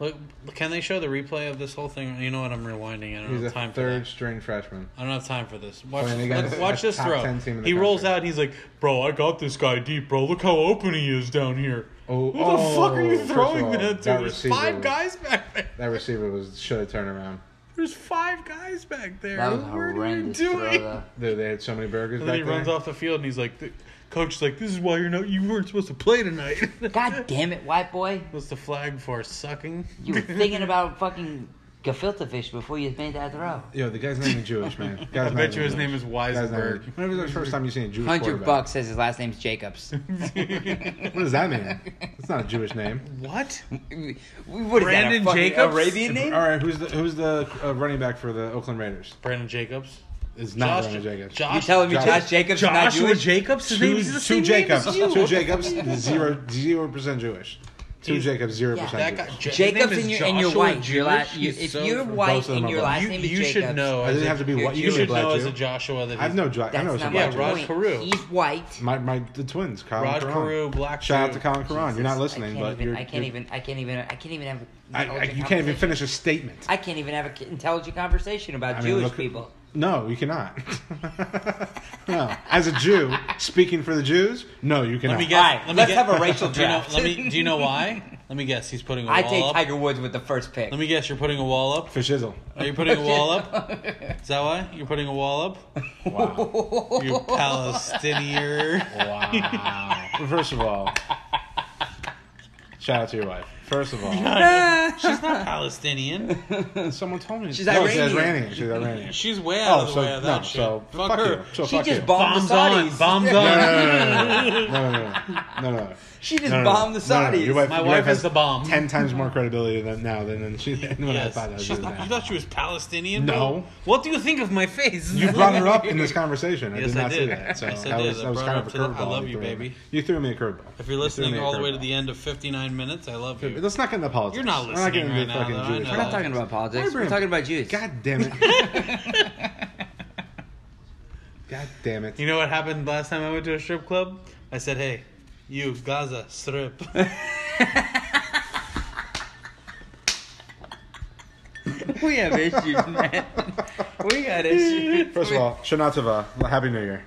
S6: Look, can they show the replay of this whole thing? You know what? I'm rewinding. I don't
S5: He's a
S6: have time for
S5: third
S6: that.
S5: string freshman.
S6: I don't have time for this. Watch,
S5: Playing
S6: look,
S5: against
S6: watch
S5: the
S6: this
S5: top
S6: throw.
S5: 10 team in the
S6: He rolls
S5: country.
S6: out. He's like, "Bro, I got this guy deep, bro. Look how open he is down here."
S5: Oh,
S6: Who the fuck are you
S5: first of
S6: throwing
S5: all,
S6: that to?
S5: that
S6: There's
S5: receiver
S6: five
S5: was-
S6: guys back there.
S5: That receiver was should have turned around.
S6: There's five guys back there.
S4: That was a
S6: What are you
S4: horrendous
S6: doing?
S4: throw, though.
S5: Dude, they had so many burgers
S6: And
S5: back
S6: then he
S5: there.
S6: runs off the field and he's like, the "Coach's like, this is why you're not. You weren't supposed to play tonight."
S4: God damn it, white boy.
S6: What's the flag for sucking?
S4: You were thinking about fucking gefilte fish before you made that throw.
S5: Yo, the guy's not even Jewish, man. The
S6: I
S5: Guy's not
S6: bet
S5: even
S6: you his
S5: Jewish.
S6: name is
S5: Guy's not even-
S6: Weisberg.
S5: When was the first time you seen a Jewish
S4: 100
S5: quarterback?
S4: bucks says his last name's Jacobs.
S5: What does that mean? It's not a Jewish name.
S6: What?
S4: We- what is
S6: Brandon
S4: that, a fucking
S6: Jacobs?
S4: Arabian
S5: All
S4: name?
S5: right, who's the who's the uh, running back for the Oakland Raiders?
S6: Brandon Jacobs.
S5: It's not Josh, Jacobs.
S6: Josh.
S4: You telling me
S5: Josh-
S4: Josh Jacobs is not
S6: Joshua
S4: Jewish?
S6: Jacobs? His name is the
S5: two
S6: same
S5: Jacobs,
S6: Name as you.
S5: two Jacobs, zero zero percent Jewish. Two
S6: He's-
S5: Jacobs, zero
S4: Yeah.
S5: percent. Jewish.
S6: That guy, J- his
S4: Jacobs
S6: name is
S4: and your, and your
S6: Joshua
S4: wife. Your
S6: Jewish?
S4: last, you,
S6: He's
S4: if
S6: so
S4: you're
S6: from-
S4: white
S5: both of
S4: and
S5: them
S4: your
S5: are
S4: last
S5: black.
S6: you,
S4: name is
S6: you
S4: Jacobs,
S6: should
S5: I
S6: know. as
S5: didn't
S6: a-
S5: have to be white.
S6: You,
S5: You can be
S6: should
S5: black,
S6: know as
S5: too.
S6: a Joshua that
S5: I've
S6: he's
S5: no Jewish. I
S4: That's
S5: know
S4: not
S5: some
S4: my
S6: Yeah,
S5: black
S6: Raj
S5: Jews.
S4: point.
S6: Carew.
S4: He's white.
S5: My my the twins, Colin
S6: Raj
S5: Karan.
S6: Carew, Black
S5: Shout out
S6: Jew.
S5: to Colin Karan. You're
S4: Jesus,
S5: not
S4: I
S5: listening,
S4: can't
S5: but
S4: even,
S5: you're,
S4: I can't
S5: you're-
S4: even. I can't even. I can't even have.
S5: I, I, you can't even finish a statement.
S4: I can't even have an intelligent conversation about
S5: I mean,
S4: Jewish
S5: look-
S4: people.
S5: No, you cannot. no, as a Jew speaking for the Jews, no, you cannot.
S6: Let me
S4: All
S6: guess.
S4: right,
S6: Let me
S4: let's
S6: guess.
S4: have a racial
S6: do you know,
S4: draft.
S6: let me, do you know why? Let me guess. He's putting a wall
S4: I take
S6: up.
S4: Tiger Woods with the first pick.
S6: Let me guess. You're putting a wall up.
S5: for shizzle.
S6: Are you putting a wall up? Is that why you're putting a wall up?
S5: Wow.
S6: You Palestinian.
S5: wow. First of all, shout out to your wife. First of all,
S6: She's not Palestinian.
S5: someone told me
S4: She's
S5: no, she's
S4: Iranian.
S5: Iranian. She's Iranian.
S6: She's way out
S5: Oh,
S6: of the
S5: so
S6: way of
S5: no,
S6: that shit.
S5: so
S6: fuck,
S5: fuck
S6: her.
S5: you. So
S4: she
S5: fuck
S4: just
S5: you.
S4: bombed
S6: Bombs
S4: the Saudis.
S6: on. Bombs on.
S5: No, no, no, no, no, no, no, no, no, no, no, no.
S4: She just
S5: No, no, no.
S4: bombed the
S5: No, no,
S4: Saudis.
S5: no. Your wife,
S6: My
S5: your
S6: wife
S5: wife
S6: is
S5: has
S6: the bomb.
S5: Ten times more credibility than now than, than she than when
S6: Yes.
S5: I thought that.
S6: She's
S5: she
S6: not-
S5: was
S6: you thought she was Palestinian?
S5: No.
S6: bro? What do you think of my face?
S5: You brought her up in this conversation. I
S6: Yes,
S5: did
S6: I
S5: not see
S6: did.
S5: that. So
S6: Yes, I
S5: that
S6: did.
S5: was
S6: I
S5: that was
S6: brought
S5: kind
S6: up
S5: of a
S6: to the- I
S5: curveball.
S6: love you,
S5: threw me.
S6: baby.
S5: You threw me a curveball.
S6: If you're
S5: You threw
S6: listening
S5: me a
S6: all the way to
S5: curveball.
S6: the end of 59 minutes, I love you.
S5: Let's not get into politics.
S6: You're not
S5: We're not
S6: listening
S5: getting into
S6: right now,
S5: fucking
S6: though. I
S5: Jewish
S6: know.
S4: We're not talking about politics. We're
S5: Abraham.
S4: talking about Jews.
S5: God damn it. God damn it.
S6: You know what happened last time I went to a strip club? I said, hey, you, Gaza, strip.
S4: we have issues, man. we got issues.
S5: First of all, Shana Tova. Happy New Year.